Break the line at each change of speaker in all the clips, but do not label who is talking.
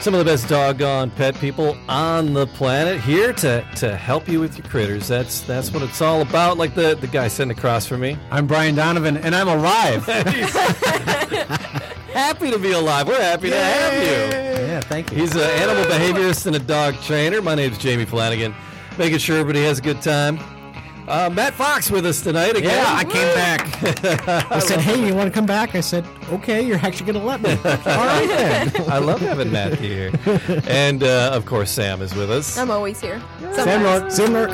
Some of the best doggone pet people on the planet here to, to help you with your critters. That's that's what it's all about. Like the, the guy sitting across from me.
I'm Brian Donovan, and I'm alive.
Happy to be alive. We're happy to have you.
yeah, thank you.
He's an animal behaviorist and a dog trainer. My name's Jamie Flanagan, making sure everybody has a good time. Uh, Matt Fox with us tonight again.
yeah, I came back.
I said, "Hey, you want to come back?" I said, "Okay, you're actually going to let me." All right then.
I love having Matt here. And uh, of course, Sam is with us.
I'm always here.
Sam
Sometimes.
Lurk, Sam Lurk.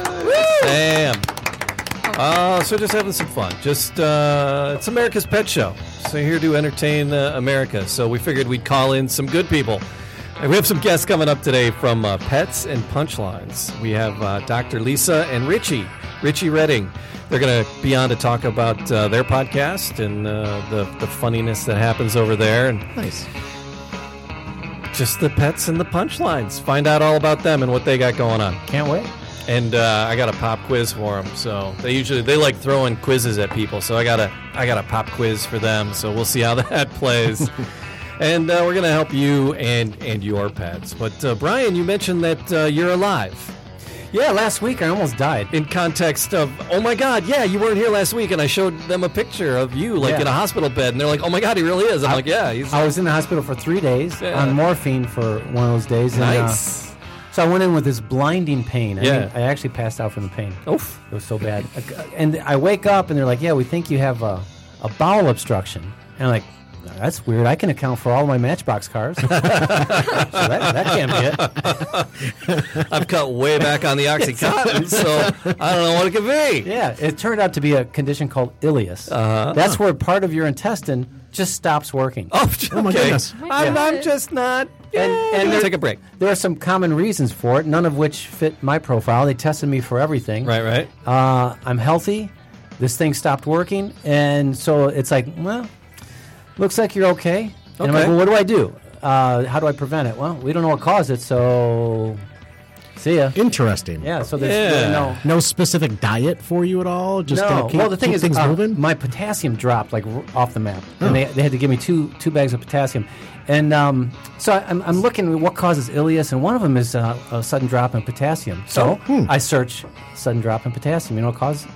Sam. Uh, so just having some fun. Just uh, it's America's Pet Show. So here to entertain uh, America. So we figured we'd call in some good people. And we have some guests coming up today from uh, Pets and Punchlines. We have uh, Dr. Lisa and Richie, Richie Redding. They're going to be on to talk about uh, their podcast and uh, the the funniness that happens over there, and
Nice.
just the pets and the punchlines. Find out all about them and what they got going on.
Can't wait.
and uh, I got a pop quiz for them. So they usually they like throwing quizzes at people. So I got a I got a pop quiz for them. So we'll see how that plays. and uh, we're gonna help you and and your pets. But uh, Brian, you mentioned that uh, you're alive.
Yeah, last week I almost died.
In context of, oh my God, yeah, you weren't here last week, and I showed them a picture of you like
Yeah.
in a hospital bed, and they're like, oh my God, he really is. I'm like, yeah, he's
I was in the hospital for three days
Yeah.
on morphine for one of those days. And, uh,
nice.
so I went in with this blinding pain. I,
Yeah. Oh.
mean, I actually passed out from the pain.
Oof.
It was so bad. And I wake up and they're like, "Yeah, we think you have a, a bowel obstruction." And I'm like, "That's weird. I can account for all my Matchbox cars. so that, that can't be it."
I've cut way back on the OxyContin, so I don't know what it could be.
Yeah, it turned out to be a condition called ileus. Uh-huh. That's where part of your intestine just stops working.
Oh,
my
okay.
goodness.
I'm,
Yeah.
I'm just not.
And- and
and
there-
take a break.
There are some common reasons for it, none of which fit my profile. They tested me for everything.
Right, right.
Uh, I'm healthy. This thing stopped working, and so it's like, well, looks like you're okay. And I'm
Okay.
like, well, what do I do? Uh, how do I prevent it? Well, we don't know what caused it, so see ya.
Interesting.
Yeah. So there's
Yeah.
really no.
No specific diet for you at all. Just
No.
Kinda keep,
well, the thing
keep
is,
things
uh,
moving. Oh.
my potassium dropped like r- off the map, and they, they had to give me two two bags of potassium. And um, so I, I'm, I'm looking at what causes ileus, and one of them is uh, a sudden drop in potassium. So
Oh, hmm.
I search sudden drop in potassium. You know, what causes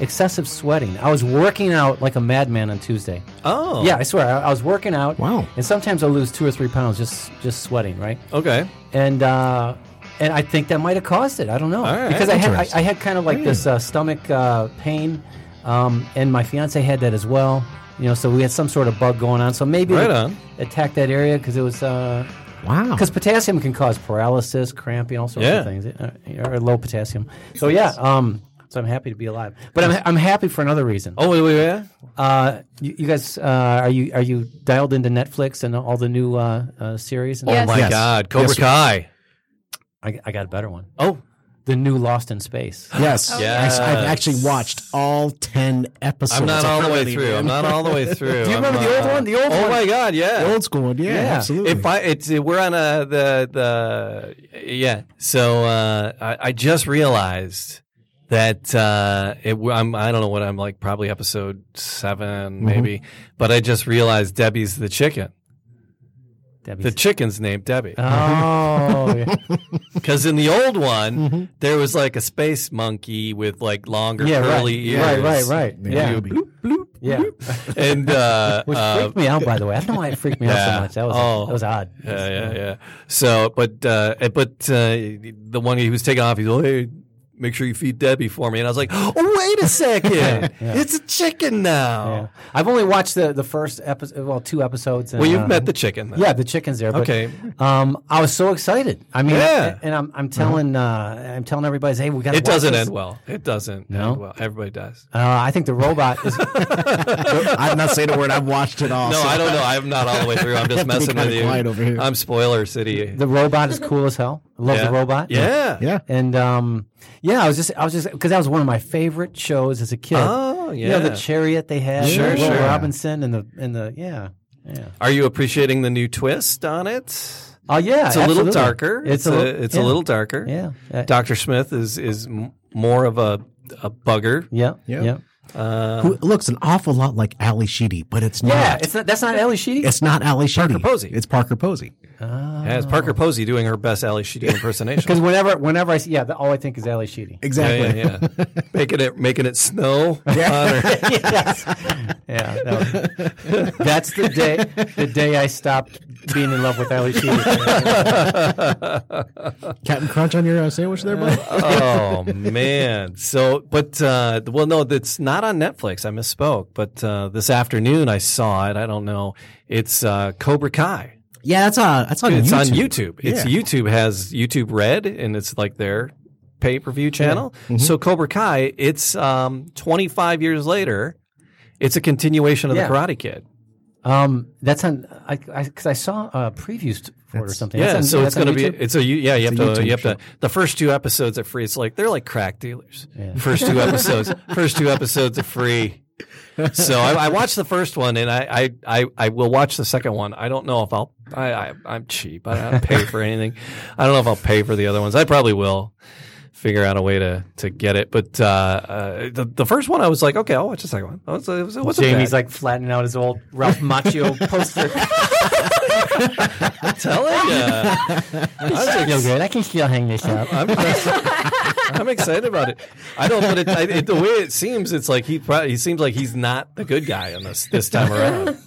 excessive sweating. I was working out like a madman on Tuesday.
Oh.
Yeah, I swear, I, I was working out.
Wow.
And sometimes I'll lose two or three pounds just just sweating, right?
Okay.
and uh, and I think that might have caused it. I don't know
right. Hmm.
because I had I,
Interesting.
I had kind of like this uh, stomach uh, pain, um, and my fiance had that as well. You know, so we had some sort of bug going on. So maybe
Right
it
on.
attacked that area because it was because
wow.
potassium can cause paralysis, cramping, all sorts
Yeah.
of things, uh, or low potassium. So yeah. Um, so I'm happy to be alive, but I'm, I'm happy for another reason.
Oh, wait, wait, wait.
Uh, you, you guys, uh, are you are you dialed into Netflix and all the new uh, uh, series? And
Yes.
My
Yes.
God. Cobra
Yes, sir.
Kai.
I, I got a better one.
Oh.
The new Lost in Space.
Yes.
yes.
I, have actually watched all 10 episodes.
I'm not all the way
Apparently,
through.
man.
I'm not all the way through.
Do you remember the old one? The old
Oh
one.
my God! Yeah.
The old school one. Yeah,
Yeah.
absolutely.
If I, it's we're on a the the yeah. So uh, I, I just realized that uh, it, I'm I don't know what I'm like probably episode 7 maybe, but I just realized Debbie's the chicken.
Debbie's-
The chicken's named Debbie.
Oh, yeah.
Because in the old one, there was like a space monkey with like longer
Mm-hmm. Yeah, right.
curly
Right,
ears.
right, right.
They
Yeah.
will be.
yeah.
And uh,
Which
uh,
freaked me out, by the way. I don't know why it freaked me out
Yeah.
so much. That was
Oh.
that was odd.
yeah, yeah, yeah. So, but uh, eh, but uh, the one he was taking off, he's like, hey, make sure you feed Debbie for me. And I was like, oh, wait a second, it's a chicken
Yeah.
now.
I've only watched the, the first episode, well, two episodes. And,
Well, you've
uh,
met the chicken. Then.
Yeah, the chicken's there. But,
Okay.
Um, I was so excited. I mean,
Yeah. Mm-hmm.
and I'm I'm telling uh, I'm telling everybody, hey, we got.
It doesn't
this.
end well. It doesn't
No?
end well. Everybody does.
Uh, I think the robot is.
I'm not saying a word. I've watched it all.
No,
so-
I don't know. I'm not all the way through. I'm just
have to be
messing
kinda
with you.
quiet over here.
I'm spoiler city.
the robot is cool as hell. Love
Yeah.
the robot.
Yeah.
Yeah.
And um, yeah, I was just, I was just, because that was one of my favorite shows as a kid.
Oh,
You know,
yeah.
the chariot they had,
Sure,
Will
sure.
Robinson, and the and the yeah, yeah.
Are you appreciating the new twist on it?
Oh yeah,
It's a little
absolutely.
darker. It's, a,
li-
it's
yeah.
a little darker.
Yeah. Uh,
Doctor Smith is is m- more of a a bugger.
Yeah,
Yeah.
yeah,
Who looks an awful lot like Ali Sheedy, but it's not.
Yeah, It's not. That's not Ellie Sheedy.
It's not Ali Sheedy. Parker
Posey.
It's Parker Posey.
As Parker Posey doing her best Ally Sheedy impersonation.
Because whenever, whenever I see, yeah, the, all I think is Ellie Sheedy.
Exactly.
yeah, yeah, yeah. making it making it snow. on her.
yes. Yeah. that was- that's the day. The day I stopped being in love with Ellie Sheedy.
Captain Crunch on your uh, sandwich there, bud?
oh man. So, but uh, well, no, that's not on Netflix. I misspoke. But uh, this afternoon I saw it. I don't know. It's uh, Cobra Kai.
yeah, that's on, that's on
It's
YouTube.
on YouTube. It's
Yeah.
YouTube has YouTube Red, and it's like their pay per view channel. So Cobra Kai, it's um, 25 years later. It's a continuation of
Yeah.
the Karate Kid.
Um, that's on. I because I, saw uh, previews for it or something.
Yeah,
That's on-
so it's
that's on
going to be
YouTube?
it's a you- yeah. You have
a
to
YouTube
you have to the first two episodes are free. It's like they're like crack dealers. First two episodes, first two episodes are free. So I, I watched the first one and I, I, I, I will watch the second one. I don't know if I'll I, I I'm cheap. I don't pay for anything. I don't know if I'll pay for the other ones. I probably will figure out a way to to get it. But uh, uh, the the first one I was like okay I'll watch the second one. What's it was, it wasn't
Jamie's
bad.
like flattening out his old Ralph Macchio poster.
telling you.
no good. I can still hang this up.
I'm, I'm excited about it. I don't, but it, I, it, the way it seems, it's like he probably he seems like he's not the good guy on this this time around,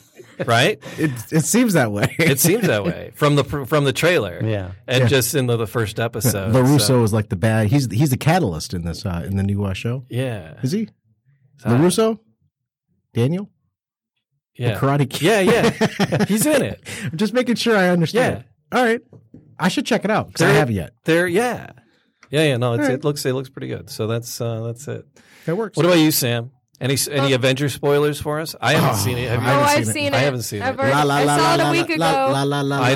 right?
It, it seems that way.
It seems that way from the from the trailer,
Yeah.
and just in the, the first episode,
LaRusso
so-
is like the bad. He's he's the catalyst in this uh, in the new uh, show.
yeah,
Is he? LaRusso? Daniel?
yeah,
Karate Kid?
yeah, yeah. He's in it.
I'm just making sure I understand. All right. I should check it out because I
There-
haven't yet.
There, yeah, yeah, yeah. No, it's, it looks it looks pretty good. So that's uh, that's it.
That works.
What about you, Sam? Any any Avenger spoilers for us? I haven't seen it. Have you?
Oh,
haven't
I've
seen it.
seen it.
I haven't seen
I've
it.
already- I saw it a week ago.
I know, I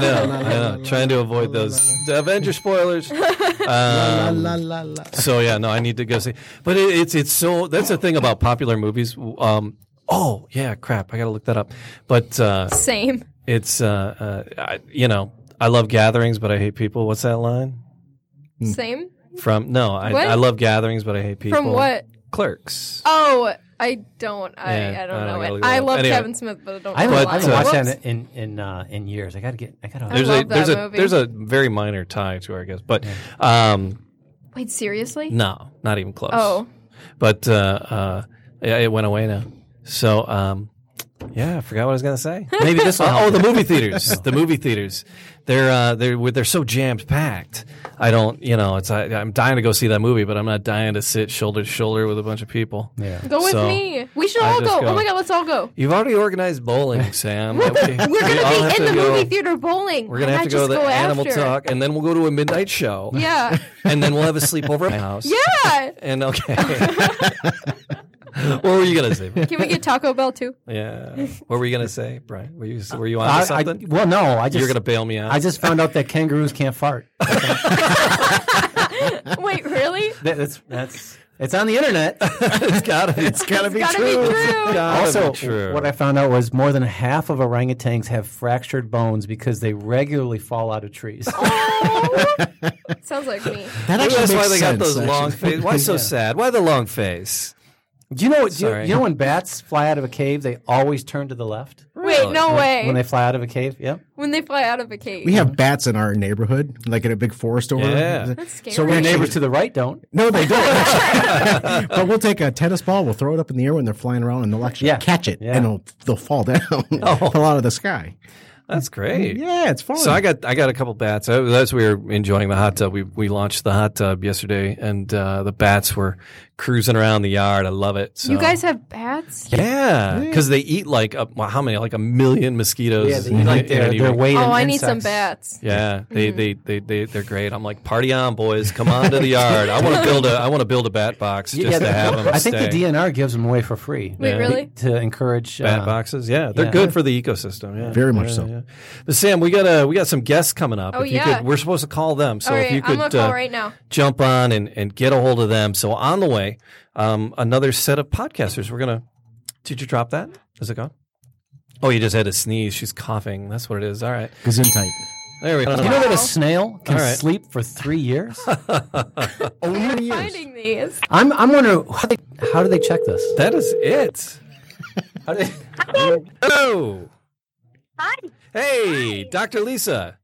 know. Trying to avoid those Avenger spoilers. Um, so yeah, no, I need to go see. But it, it's it's so that's the thing about popular movies. Um, oh yeah, crap, I gotta look that up. But uh,
Same.
it's uh, uh, I, you know, I love gatherings, but I hate people. What's that line Hmm.
Same.
from? No, I,
What?
I love gatherings, but I hate people.
From what?
Clerks.
Oh, I don't. I,
Yeah,
I don't
I don't
know
gotta
it.
look it
I
up.
love
Anyway.
Kevin Smith, but I don't.
I haven't,
know
But,
I haven't
uh,
watched
Whoops.
that in in, in, uh, in years. I gotta get. I gotta.
There's
love
a there's
that
a
movie.
there's a very minor tie to her, I guess, but um,
Wait, seriously?
no, not even close.
Oh,
but uh, uh, yeah, it went away now. So um, yeah, I forgot what I was gonna say. Maybe this one. oh, the movie theaters. the movie theaters. They're uh, they're with- they're so jammed packed. I don't, you know, it's I, I'm dying to go see that movie, but I'm not dying to sit shoulder to shoulder with a bunch of people. Yeah.
go with
So,
me. We should
I
all
just
go.
go-
Oh my god, let's all go.
You've already organized bowling, Sam. We're
We're gonna be in the movie theater bowling.
We're gonna have
Why
to
not
go to the
just
Animal
after?
Talk, and then we'll go to a midnight show.
Yeah.
And then we'll have a sleepover at my house.
Yeah.
And okay. what were you gonna say?
Can we get Taco Bell too?
Yeah. What were you gonna say, Brian? Were you were you on
I, I,
something?
well, no. I just
You're gonna bail me out.
I just found out that kangaroos can't fart.
Wait, really?
That- that's that's it's on the internet.
it's gotta be. It's
gotta be
Gotta be true.
gotta
also,
be true.
what I found out was more than half of orangutans have fractured bones because they regularly fall out of trees.
Oh. Sounds like me.
That
Maybe that's
actually makes
why they got
sense,
those
actually.
long face. Why so sad? Why the long face?
do you know? Do you,
Sorry.
you know when bats fly out of a cave, they always turn to the left
Wait, no way.
when they fly out of a cave. Yep.
fly out of a cage.
We have bats in our neighborhood, like in a big forest over.
Yeah.
That's
scary.
So we
Your
Your
actually-
neighbors to the right don't.
No, they don't. actually. but we'll take a tennis ball, we'll throw it up in the air when they're flying around, and they'll actually
Yeah.
catch it,
Yeah.
and it'll, they'll fall down,
Oh.
fall out of the sky.
That's great.
Yeah, it's fun.
So I got I got a couple bats. I, that's we were enjoying the hot tub. We we launched the hot tub yesterday, and uh, the bats were cruising around the yard. I love it. So.
You guys have bats?
Yeah, because they eat like a, well, how many? Like a million mosquitoes.
Yeah, they
in-
eat like
in
their,
an
their
evening.
weight.
Oh,
in
I need some
insects.
bats.
Yeah, they, they, they, they, they're great. I'm like, party on, boys! Come on to the yard. I want to build a I want to build a bat box just to have them.
I think
stay.
the DNR gives them away for free.
Wait, really?
To encourage.
bat
uh,
boxes. Yeah, they're
yeah.
good for the ecosystem. Yeah,
Very much so.
Yeah. But Sam, we got a we got some guests coming up.
Oh,
if you
yeah.
could, we're supposed to call them. So
All
if
right,
you
I'm
could
gonna call
uh,
right now.
jump on and, and get a hold of them. So on the way, um, another set of podcasters. We're gonna did you drop that? Is it gone? Oh, you just had a sneeze. She's coughing. That's what it is. All right.
Gesundheit.
There we go.
You know that a snail can
All right.
sleep for three years?
Only years.
Finding these.
I'm, I'm wondering how, they, how do they check this?
That is it.
How do they,
Hello.
Hi.
Hey, Dr. Lisa.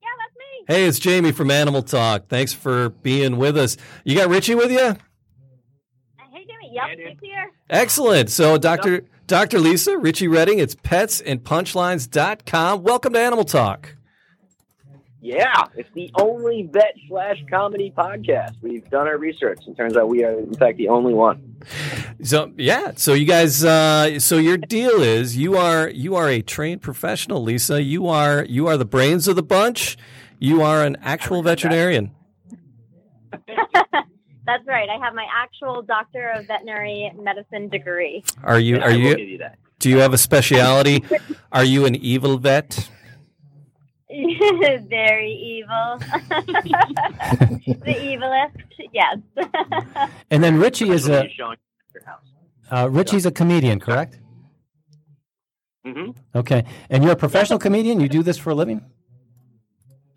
Yeah, that's me.
Hey, it's Jamie from Animal Talk. Thanks for being with us. You got Richie with you?
Hey, Jimmy. Yep, he's here.
Excellent. So, Dr. Dr. Lisa, Richie Redding, it's pets and punchlines.com. Welcome to Animal Talk.
Yeah, it's the only vet slash comedy podcast. We've done our research, and turns out we are, in fact, the only one.
So, yeah, so you guys uh, so your deal is you are you are a trained professional, Lisa. You are you are the brains of the bunch. You are an actual veterinarian.
That's right. I have my actual Doctor of Veterinary Medicine degree.
Are you
And
are
I will
you
give you that?
do you have a speciality? Are you an evil vet?
Very evil. the evilest, yes.
and then Richie is a
Showing your house.
uh, Richie's a comedian, correct?
hmm
Okay, and you're a professional comedian. You do this for a living?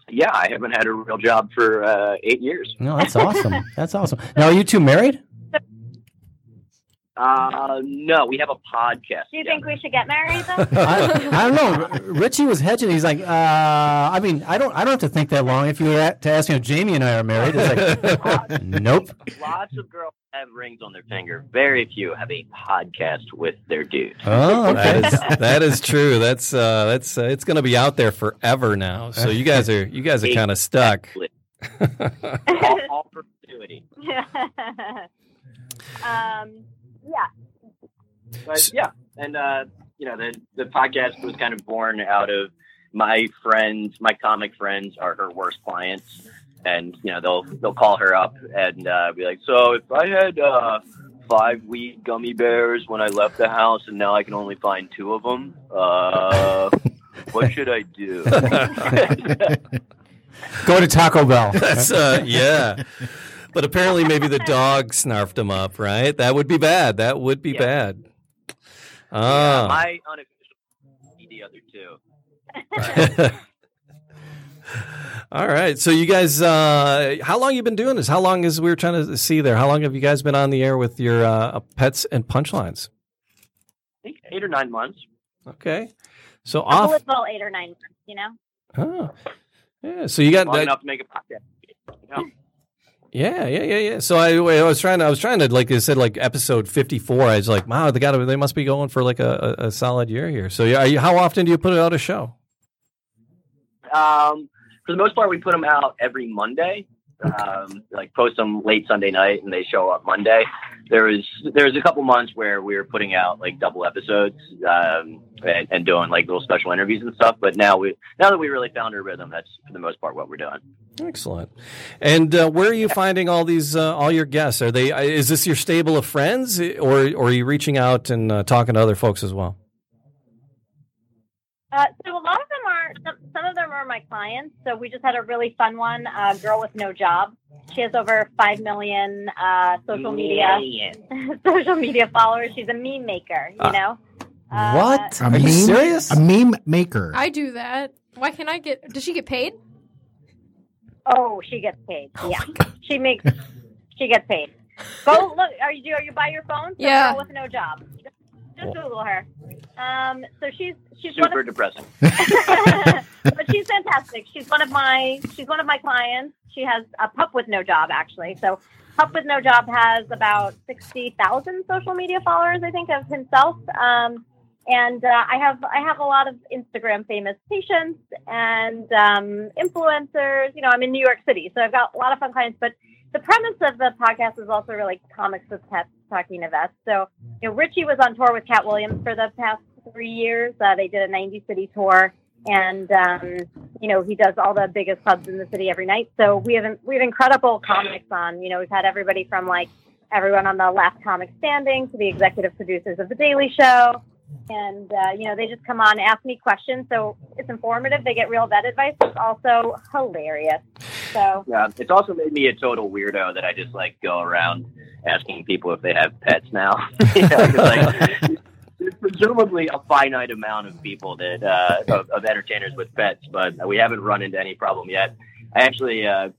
Yeah, I haven't had a real job for uh, eight years.
No, that's awesome. That's awesome. Now, are you two married?
Uh, no, we have a podcast.
Do you
together.
think we should get married, though?
I, I don't know. R- Richie was hedging. He's like, uh, I mean, I don't, I don't have to think that long. If you were at, to ask me if Jamie and I are married, it's like, nope.
Lots of girls have rings on their finger. Very few have a podcast with their dude.
Oh, okay.
that is that is true. That's uh, that's uh, it's going to be out there forever now. So you guys are you guys are kind of stuck.
all, all perpetuity.
um, yeah.
But yeah, and uh, you know, the the podcast was kind of born out of my friends, my comic friends are her worst clients, and you know they'll they'll call her up and uh, be like, so if I had uh, five weed gummy bears when I left the house, and now I can only find two of them, uh, what should I do?
Go to Taco Bell.
That's uh, yeah. But apparently, maybe the dog snarfed him up. Right? That would be bad. That would be
Yeah.
bad. Oh.
my unofficial be the other two.
All right. So you guys, uh, how long you been doing this? How long is we were trying to see there? How long have you guys been on the air with your uh, pets and punchlines?
I think eight or nine months.
Okay. So
Couple
off.
of little eight or nine months, you know?
Oh. Yeah. So you got
Long
that,
enough to make a podcast. Yeah.
Yeah, yeah, yeah, yeah. So I, I was trying to, I was trying to, like I said, like episode fifty-four. I was like, wow, they got, to they must be going for like a, a, a solid year here. So, yeah, are you, how often do you put out a show?
Um, for the most part, we put them out every Monday. Um, like post them late Sunday night, and they show up Monday. There was there was a couple months where we were putting out like double episodes um, and, and doing like little special interviews and stuff. But now we now that we really found our rhythm, that's for the most part what we're doing.
Excellent. And uh, where are you finding all these, uh, all your guests? Are they? Is this your stable of friends, or, or are you reaching out and uh, talking to other folks as well?
Uh, so a lot of them are some, some of them are my clients. So we just had a really fun one. A girl with no job. She has over five million uh, social media social media followers. She's a meme maker. You
Ah.
know. Uh,
what?
A
Are you
meme?
serious?
A meme maker.
I do that. Why can't I get? Does she get paid?
Oh, she gets paid. Yeah, she makes. She gets paid. Go look. Are you are you by your phone? So
Yeah.
Girl with no job. Just, just Google her. Um. So she's she's
Super
one of,
depressing.
but she's fantastic. She's one of my she's one of my clients. She has a pup with no job actually. So pup with no job has about sixty thousand social media followers, I think, of himself. Um, and uh, I have I have a lot of Instagram famous patients and um, influencers. You know, I'm in New York City, so I've got a lot of fun clients. But the premise of the podcast is also really comics with pets talking to vets. So you know, Richie was on tour with Cat Williams for the past three years. Uh, they did a 90 city tour and um, you know he does all the biggest clubs in the city every night. So we have we have incredible comics on. You know we've had everybody from like everyone on the last comic standing to the executive producers of the Daily Show and uh, you know they just come on, ask me questions. So it's informative. They get real vet advice. It's also hilarious. So
Yeah, it's also made me a total weirdo that I just like go around asking people if they have pets now. You know, 'cause, like, there's presumably a finite amount of people that uh, of, of entertainers with pets, but we haven't run into any problem yet. I actually uh,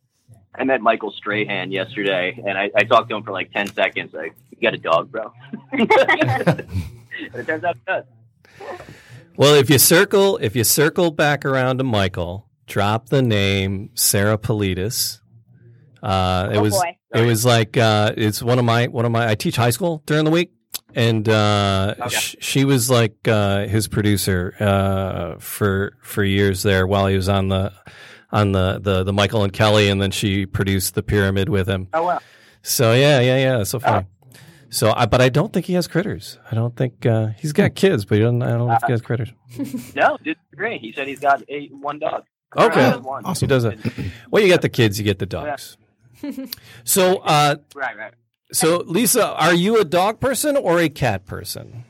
I met Michael Strahan yesterday, and I, I talked to him for like ten seconds. Like, you got a dog, bro? and it turns out he does.
Well, if you circle, if you circle back around to Michael, drop the name Sarah Politis. Uh, it
Oh,
was
boy.
it was like uh, it's one of my one of my I teach high school during the week, and uh,
Okay.
sh- she was like uh, his producer uh, for for years there while he was on the on the, the the Michael and Kelly, and then she produced the Pyramid with him.
Oh wow.
So yeah, yeah, yeah. So funny. So, I, but I don't think he has critters. I don't think uh, he's got kids, but he doesn't, I don't know if he has critters.
No, disagree. He said he's got eight, one dog.
Okay.
He has one.
He
Awesome.
does it. Well, you got the kids, you get the dogs. so, uh,
Right, right.
so Lisa, are you a dog person or a cat person?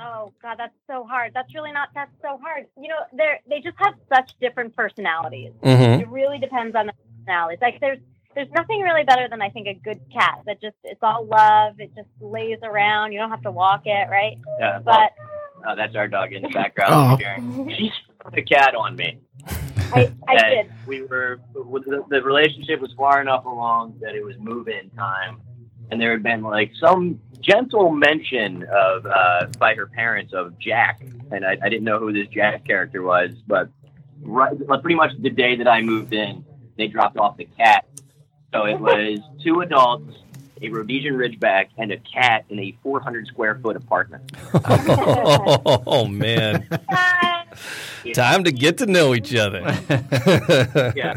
oh god, that's so hard. That's really not. That's so hard. You know, they are they just have such different personalities.
Mm-hmm.
It really depends on the personalities. Like there's there's nothing really better than I think a good cat that just it's all love. It just lays around. You don't have to walk it, right?
Yeah, well,
But
uh, that's our dog in the background.
Oh.
Sharon. She put a cat on me.
I, I
and
did.
We were the, the relationship was far enough along that it was move-in time, and there had been like some gentle mention of uh, by her parents of Jack, and I, I didn't know who this Jack character was, but right, but pretty much the day that I moved in, they dropped off the cat. So it was two adults, a Rhodesian Ridgeback, and a cat in a 400 square foot apartment.
Oh, man,
Ah,
time to get to know each other.
yeah.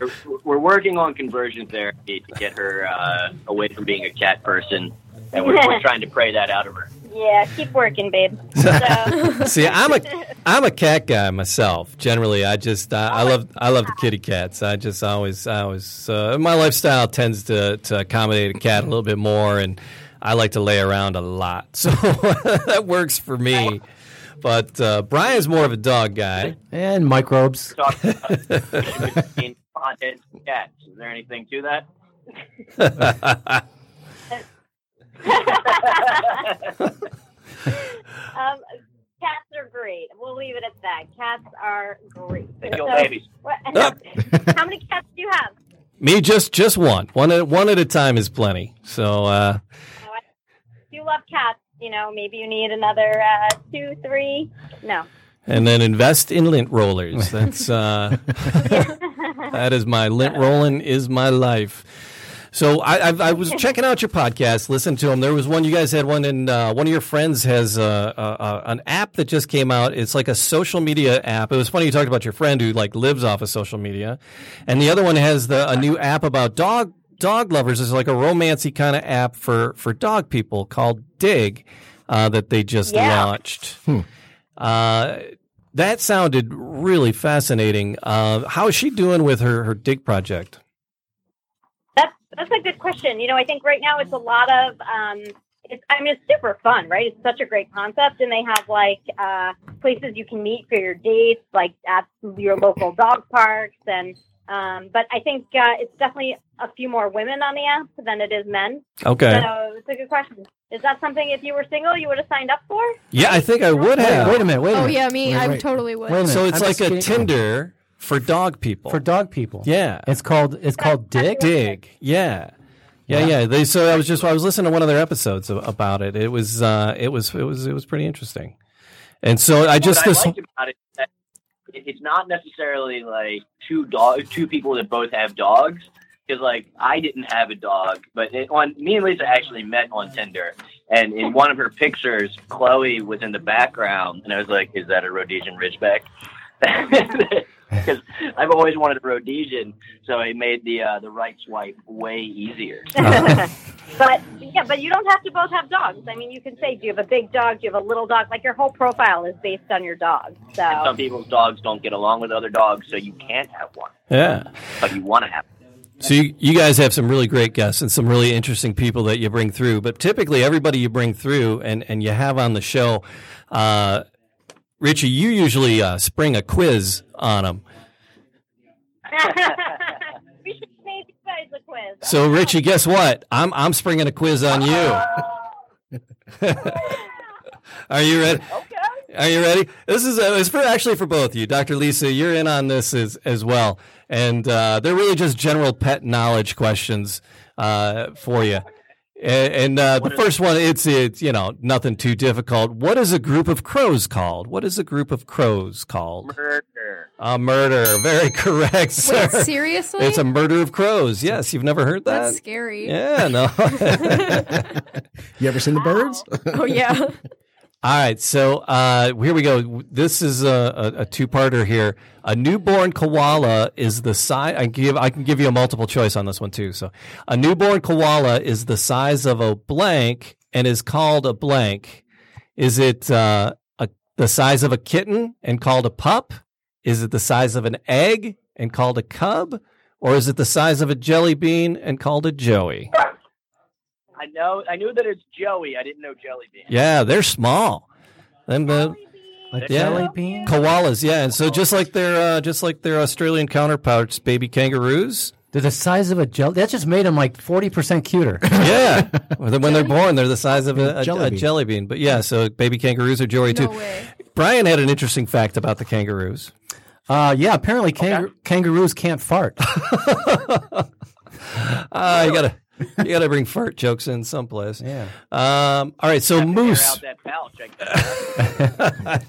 We're- We're working on conversion therapy to get her uh, away from being a cat person, and we're, we're trying to pray that out of her.
yeah, keep working, babe. So,
See, I'm a I'm a cat guy myself. Generally, I just I, I love I love the kitty cats. I just always I always uh, my lifestyle tends to to accommodate a cat a little bit more, and I like to lay around a lot, so that works for me. But uh, Brian's more of a dog guy.
And microbes.
Talk about between hot and cats. Is there anything to that?
um, cats are great. We'll leave it at that. Cats are great.
They kill
So,
babies.
what-
Up.
how many cats do you have?
Me, just just one, one at one at a time is plenty. So uh,
If you love cats, you know, maybe you need another uh, two, three. No.
and then invest in lint rollers. That's uh, that is my lint rolling is my life. So I, I, I was checking out your podcast, listened to them. There was one you guys had one, and uh, one of your friends has uh, uh, uh, an app that just came out. It's like a social media app. It was funny you talked about your friend who like lives off of social media, and the other one has the a new app about dog dog lovers. It's like a romancy kind of app for for dog people called Dig uh, that they just
Yeah.
launched.
Hmm.
Uh, that sounded really fascinating. Uh, how is she doing with her, her dig project?
That's that's a good question. You know, I think right now it's a lot of. Um, it's, I mean, it's super fun, right? It's such a great concept, and they have like uh, places you can meet for your dates, like at your local dog parks, and. Um, but I think uh, it's definitely a few more women on the app than it is men.
Okay.
So it's a good question. Is that something if you were single you would have signed up for?
Yeah, I think I would
Wait, wait
have.
a minute. Wait a
Oh
minute.
yeah, me.
Wait,
I
wait.
totally would.
Wait a minute.
So it's
I'm
like
just
a
getting-
Tinder for dog people.
for dog people.
yeah.
It's called it's called Dick.
dig. Yeah. Yeah, yeah. They so I was just I was listening to one of their episodes a- about it. It was uh it was it was it was pretty interesting. And so I just
what
this
I liked about it is that it- it's not necessarily like two dog, two people that both have dogs. Because like I didn't have a dog, but it, on me and Lisa actually met on Tinder, and in one of her pictures, Chloe was in the background, and I was like, "Is that a Rhodesian Ridgeback?" Because I've always wanted a Rhodesian, so it made the uh, the right swipe way easier.
but yeah, but you don't have to both have dogs. I mean, you can say, do you have a big dog? Do you have a little dog? Like your whole profile is based on your dog. So
Some people's dogs don't get along with other dogs, so you can't have one,
yeah.
but you want to have. One.
So you, you guys have some really great guests and some really interesting people that you bring through. But typically, everybody you bring through and, and you have on the show, uh, Richie, you usually uh, spring a quiz on them.
we should make you guys a quiz.
So Richie, guess what? I'm I'm springing a quiz on you. Are you ready? Are you ready? This is uh, it's for actually for both of you, Dr. Lisa. You're in on this as as well, and uh, they're really just general pet knowledge questions uh, for you. And, and uh, the first one, it's it's you know nothing too difficult. What is a group of crows called? What is a group of crows called?
Murder.
A murder. Very correct, sir.
Wait, seriously?
It's a murder of crows. Yes, you've never heard that.
That's scary.
yeah, no.
You ever seen the birds?
Oh yeah.
All right, so uh, here we go. This is a, a, a two-parter here. A newborn koala is the size. I can give I can give you a multiple choice on this one too. So, a newborn koala is the size of a blank and is called a blank. Is it uh, a, the size of a kitten and called a pup? Is it the size of an egg and called a cub, or is it the size of a jelly bean and called a joey?
I know. I knew that it's Joey. I didn't know Jelly Bean.
Yeah, they're small. Them, uh,
Like
Yeah.
jelly bean?
Koalas, yeah, and so just like their uh, just like their Australian counterparts, baby kangaroos.
They're the size of a jelly. That just made them like 40% cuter.
Yeah, when when they're born, they're the size of a, a,
Jelly
a
bean.
jelly bean. But yeah, so baby kangaroos are joey
No
too.
way.
Brian had an interesting fact about the kangaroos.
Uh, yeah, apparently kang- kangaroos can't fart.
Uh, you gotta you gotta bring fart jokes in someplace.
Yeah.
Um, all right, so
Air
moose,
out that pouch. I guess.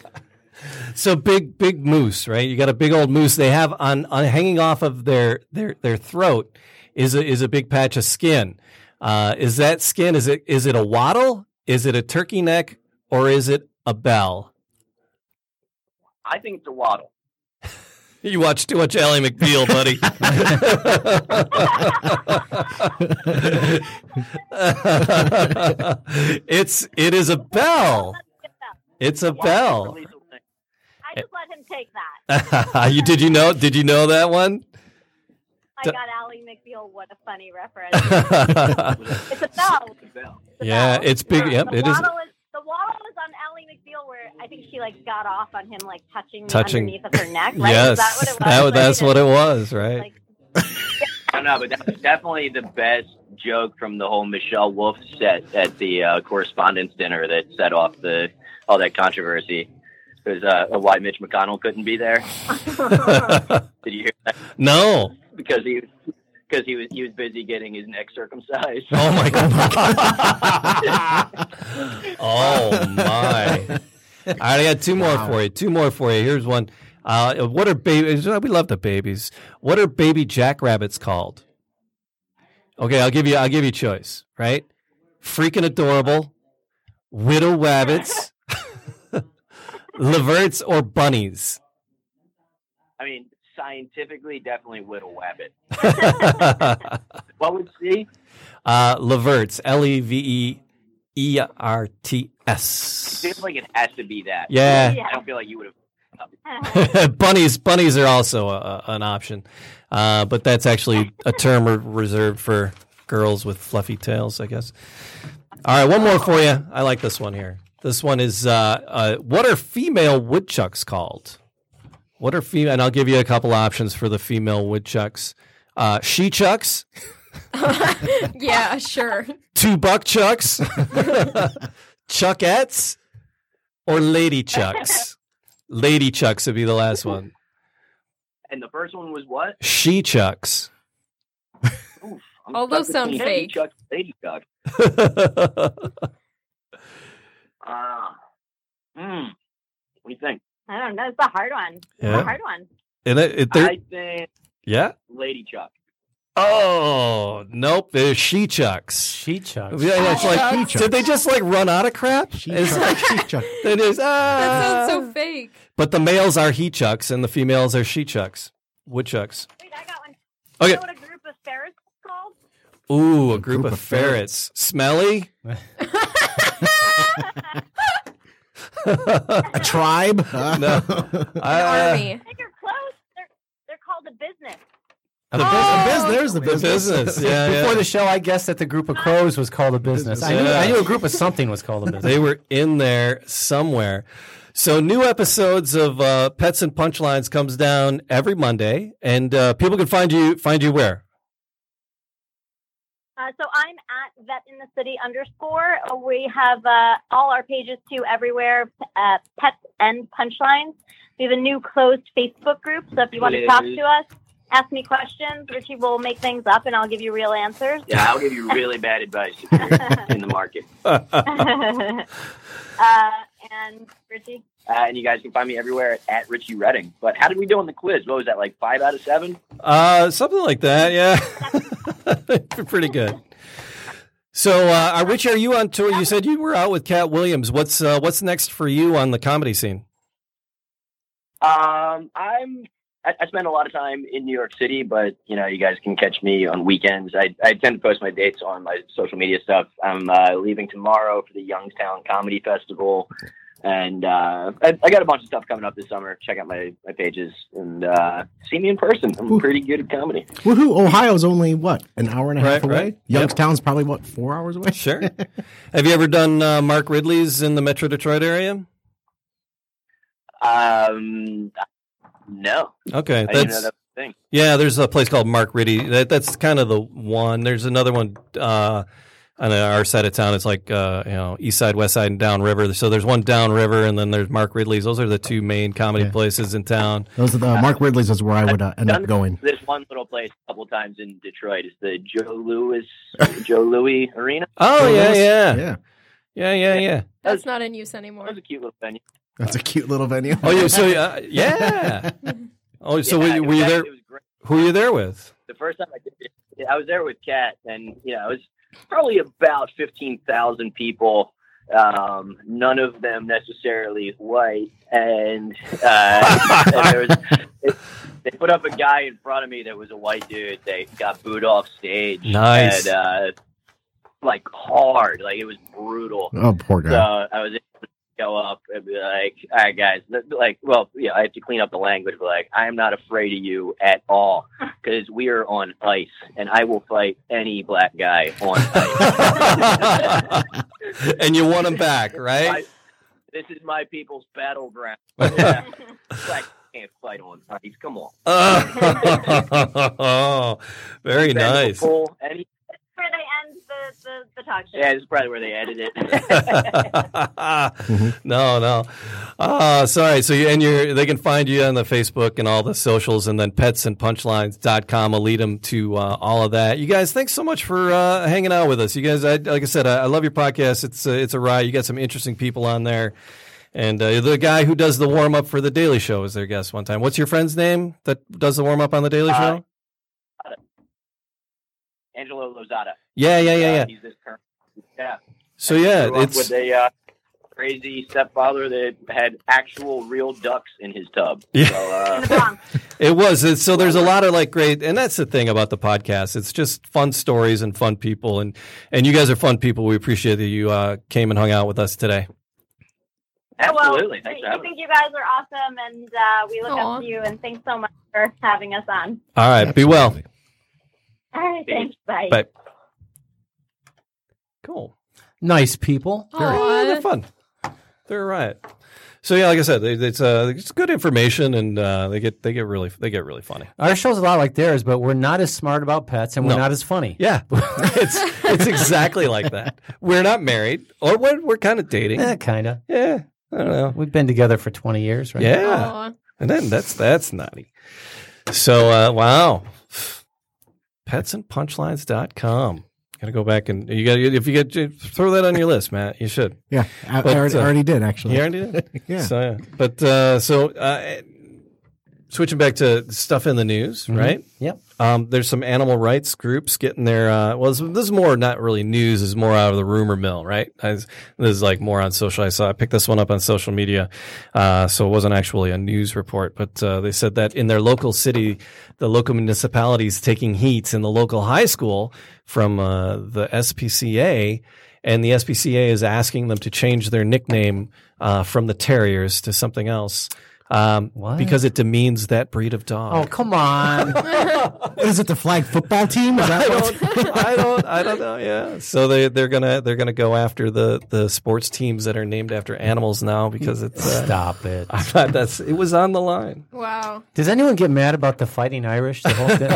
so big big moose, right? You got a big old moose. They have on, on hanging off of their their their throat is a, is a big patch of skin. Uh, is that skin? Is it is it a waddle? Is it a turkey neck? Or is it a bell?
I think it's a waddle.
You watch too much Ally McBeal, buddy. it's it is a bell. It's a bell.
I just let him take that.
you did you know did you know that one?
I
D-
got Ally McBeal. What a funny reference.
yeah,
it's a bell.
it's big. Yep,
the
it is
waddle is. The waddle is on Ally McBeal, where I think she like got off on him like touching, me
Touching.
underneath of her neck. Right?
yes.
Is that what it was?
That-
Like,
that's
it-
what it was, right?
Like,
I don't know, but that was definitely the best joke from the whole Michelle Wolf set at the uh, correspondence dinner that set off the all that controversy. It was uh, why Mitch McConnell couldn't be there. Did you hear that?
no.
Because he because he was he was busy getting his neck circumcised.
Oh my god. oh my. All right, I got two more for you. Two more for you. Here's one. Uh, what are babies? We love the babies. What are baby jackrabbits called? Okay, I'll give you. I'll give you choice. Right? Freaking adorable, widow rabbits, leverts, or bunnies.
I mean, scientifically, definitely Whittle Wabbit. What would see?
uh, leverts. L e v e e r t s.
Seems like it has to be that.
Yeah.
I don't feel like you would have.
bunnies bunnies are also a, a- an option uh, but that's actually a term re- reserved for girls with fluffy tails i guess all right one more for you i like this one here this one is uh, uh, what are female woodchucks called what are female and i'll give you a couple options for the female woodchucks uh, she chucks
Yeah, sure.
two buck chucks chuckettes or lady chucks lady chucks would be the last one
And the first one was what?
she chucks
I'm
All those
stuck
sound
between
fake.
Chuck and Lady Chuck. Ah. Hmm. What do you think?
I don't know. It's a hard one. It's
Yeah.
a hard one.
And it, it, they're-
I think
yeah.
Lady Chuck.
Oh nope, they're she chucks.
She chucks.
Yeah, yeah, it's like,
She
did they
chucks.
just like run out of crap?
She
It's
chuck,
like-
she chuck.
they just,
That sounds
ah.
so fake.
But the males are he chucks and the females are she chucks. Woodchucks.
Wait, I got one.
Okay.
You know what a group of ferrets is called?
Ooh, a group, of, ferrets. Smelly?
A tribe?
No.
An
Uh,
army.
I think you're close. They're, they're called a business.
The bus-
biz- there's the
The business. Yeah, yeah.
Before the show, I guessed that the group of crows was called a business. I, knew,
Yeah.
I knew a group of something was called a business.
They were in there somewhere. So new episodes of uh, Pets and Punchlines comes down every Monday, and uh, people can find you find you where.
Uh, so I'm at vet in the city underscore. We have uh, all our pages too everywhere. Uh, pets and punchlines. We have a new closed Facebook group. So if you want to talk to us, ask me questions. Richie will make things up, and I'll give you real answers.
Yeah, I'll give you really bad advice if you're in the market.
uh, and Richie.
Uh, and you guys can find me everywhere at, at Richie Redding. But how did we do on the quiz? What was that, like five out of seven?
Uh, something like that, yeah. Pretty good. So, uh, uh, Richie, are you on tour? You said you were out with Cat Williams. What's uh, what's next for you on the comedy scene?
Um, I'm. I, I spend a lot of time in New York City, but you know, you guys can catch me on weekends. I, I tend to post my dates on my social media stuff. I'm uh, leaving tomorrow for the Youngstown Comedy Festival, and uh, I, I got a bunch of stuff coming up this summer. Check out my, my pages and uh, see me in person. I'm pretty good at comedy.
Woohoo! Ohio's only what an hour and a
Right,
half away.
right.
Youngstown's probably what four hours away.
Sure. Have you ever done uh, Mark Ridley's in the Metro Detroit area?
Um, no,
Okay,
I didn't know
that's
that was a thing.
yeah. There's a place called Mark Ridley. That, that's kind of the one. There's another one uh, on our side of town. It's like uh, you know, East Side, West Side, and Downriver. So there's one Downriver, and then there's Mark Ridley's. Those are the two main comedy
Yeah.
places in town.
Those are the Mark Ridley's is where I would uh, end up
Done
going.
This one little place a couple times in Detroit is the Joe Louis Joe Louis Arena.
Oh yeah, yeah,
yeah.
yeah, yeah, yeah.
That's-
That's not in use anymore.
That was a cute little venue.
That's a cute little venue.
Oh, you so uh, yeah. Oh, so
Yeah,
were, you-
it
were
was
you
actually-
there?
It was great.
Who were you there with?
The first time I did it, I was there with Kat, and you know, it was probably about fifteen thousand people. Um, none of them necessarily white, and, uh, and there was. It, they put up a guy in front of me that was a white dude. They got booed off stage.
Nice.
And, uh, like hard, like it was brutal.
Oh, poor guy.
So I was able to go up and be like, "All right, guys, th- like, well, yeah, I have to clean up the language, but like, I am not afraid of you at all because we are on ice, and I will fight any black guy on ice.
and you want him back, right?
I- this is my people's battleground. Yeah, black can't fight on ice. Come on,
Oh, very
Bend the
nice.
pole, Any,
Where they end the, the, the talk show.
yeah, this is probably where they edit it. Mm-hmm.
no, no. Uh, sorry. So, you, and you're, they can find you on the Facebook and all the socials, and then petsandpunchlines.com will lead them to uh, all of that. You guys, thanks so much for uh, hanging out with us. You guys, I, like I said, I, I love your podcast. It's, uh, it's a ride. You got some interesting people on there. And uh, the guy who does the warm up for The Daily Show was their guest one time. What's your friend's name that does the warm up on The Daily
Uh,
Show?
Angelo Lozada.
Yeah, yeah, yeah, yeah.
He's this current. Yeah.
So, yeah,
grew up
it's.
with a uh, crazy stepfather that had actual real ducks in his tub.
Yeah.
So, uh,
In the Bronx.
It was. And so there's a lot of like great, and that's the thing about the podcast. It's just fun stories and fun people, and and you guys are fun people. We appreciate that you uh, came and hung out with us today.
absolutely.
Oh, Well,
Thanks for
I
having me.
think you guys are awesome, and uh, we look
Aw.
up to you. And thanks so much for having us on.
All right, be well.
Absolutely.
All right, thanks. Bye.
Bye. Cool.
Nice people.
Yeah,
Aw.
they're fun. They're all right. So yeah, like I said, they- it's uh, it's good information, and uh, they get they get really they get really funny.
Our show's a lot like theirs, but we're not as smart about pets and we're
No.
not as funny.
Yeah, it's it's exactly like that. We're not married, or we're we're kind of dating.
Eh, kind of.
Yeah, I don't know.
We've been together for 20 years, right?
Yeah.
Aw.
And then that's that's naughty. So uh, wow. Petsandpunchlines.com. Gotta go back and you got if you get throw that on your list, Matt. You should.
yeah, I, I
But,
already,
uh,
already did actually.
You already did.
Yeah.
So yeah. But uh, so uh, switching back to stuff in the news, right?
Yep.
Um, there's some animal rights groups getting their. Uh, well, this, this is more not really news. Is more out of the rumor mill, right? I, this is like more on social. I saw. I picked this one up on social media, uh, so it wasn't actually a news report. But uh, they said that in their local city, the local municipality is taking heat in the local high school from uh, the SPCA, and the SPCA is asking them to change their nickname uh, from the Terriers to something else um,
What?
because it demeans that breed of
Oh,
dog.
come on.
Is it the flag football team? Is
I
that what?
don't, I don't, I don't know. Yeah, so they they're gonna they're gonna go after the the sports teams that are named after animals now because it's uh,
Stop it.
I'm not, that's it was on the line.
wow.
Does anyone get mad about the fighting Irish? The whole thing?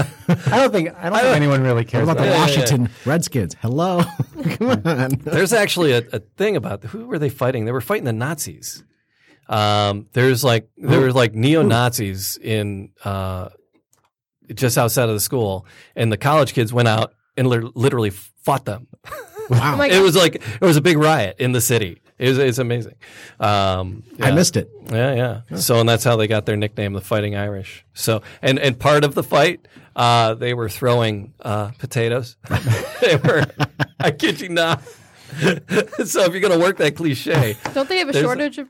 I don't think I don't think anyone really cares
What about
about
the
that.
Washington Redskins? Hello. Come on.
There's actually a, a thing about who were they fighting? They were fighting the Nazis. Um, there's like there were like neo Nazis in uh, just outside of the school, and the college kids went out and lit- literally fought them.
Wow.
my-
It was like it was a big riot in the city. It was, it's amazing. Um,
I
yeah.
missed it.
Yeah, yeah. So, and that's how they got their nickname, the Fighting Irish. So, and and part of the fight, uh, they were throwing uh, potatoes. they were. I kid you not. so, if you're gonna work that cliche,
Don't they have a
There's a-
shortage of?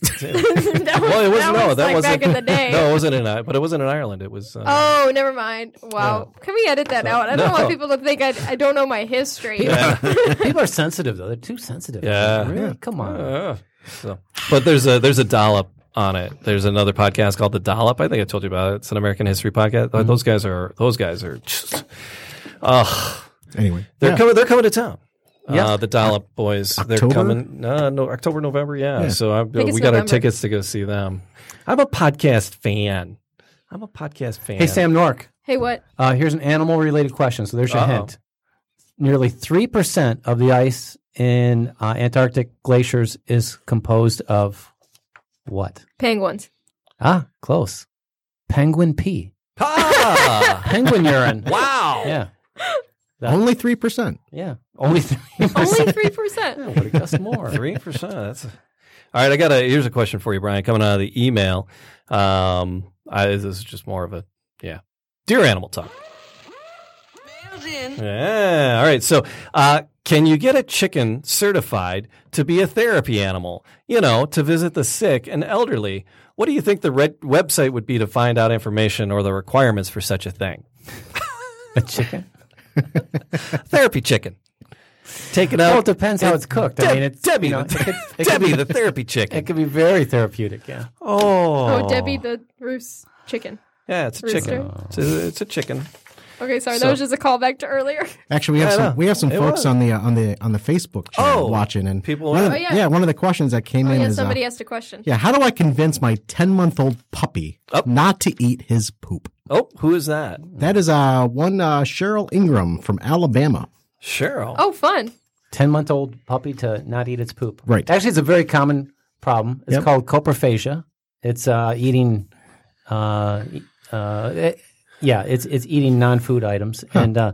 that was,
well, it was
that
no,
was
that
like
wasn't
back in the day.
No, it wasn't in I, but it wasn't in Ireland. It was. Uh,
Oh, never mind. Wow. Can we edit that out? I don't
No.
want people to think I, I don't know my history.
People are sensitive though. They're too sensitive.
Yeah.
Really? Come on.
Oh.
Uh, so, but there's a there's a dollop on it. There's another podcast called The Dollop. I think I told you about it. It's an American history podcast.
Mm-hmm.
Uh, Those guys are those guys are. Just, Ugh.
Anyway.
They're
Yeah.
coming. They're coming to town.
Yeah.
Uh, the Dollop Boys. They're
October?
coming. No, no, October, November. Yeah.
Yeah.
So I,
think it's
we got our
November.
tickets to go see them. I'm a podcast fan. I'm a podcast fan.
Hey Sam Nork.
Hey, what?
Uh, here's an animal related question. So there's your
Uh-oh.
hint. Nearly three percent of the ice in uh, Antarctic glaciers is composed of what?
Penguins.
Ah, close. Penguin pee.
Ah,
Penguin urine.
wow.
Yeah,
Only 3%.
yeah. Only three
Only
percent.
three percent.
Would have guessed more.
Three percent. That's all right. I got a. Here's a question for you, Brian. Coming out of the email. Um, I, this is just more of a yeah. Dear animal talk. Yeah. All right. So, uh, can you get a chicken certified to be a therapy animal? You know, to visit the sick and elderly. What do you think the red website would be to find out information or the requirements for such a thing?
A chicken.
Therapy chicken. Take it
Well,
out.
it depends how it's cooked. I
Deb-
mean, it's
Debbie,
you know,
the,
it could- it could
Debbie,
be-
the therapy
It
chicken.
could be very therapeutic. Yeah.
Oh,
Oh, Debbie the Roos chicken.
Yeah, it's a chicken.
Rooster.
It's a, it's a chicken.
Okay, sorry.
So-
that was just a callback to earlier.
Actually, we have
Yeah, I know.
some we have some
It
folks
was.
on the uh, on the on the Facebook
Oh,
channel watching and
people-
one
Oh,
of the,
yeah.
yeah. one of the questions that came in
Oh, yeah,
is uh,
somebody asked a question.
yeah, how do I convince my 10-month-old puppy
Oh.
Up.
not to eat his poop?
Oh, who is that?
That is uh one uh, Cheryl Ingram from Alabama.
Cheryl.
Oh, fun.
10 month old puppy to not eat its poop.
Right.
Actually, it's a very common problem. It's
Yep.
called coprophagia. It's uh, eating, uh, e- uh, eh, yeah, it's it's eating non food items. And uh,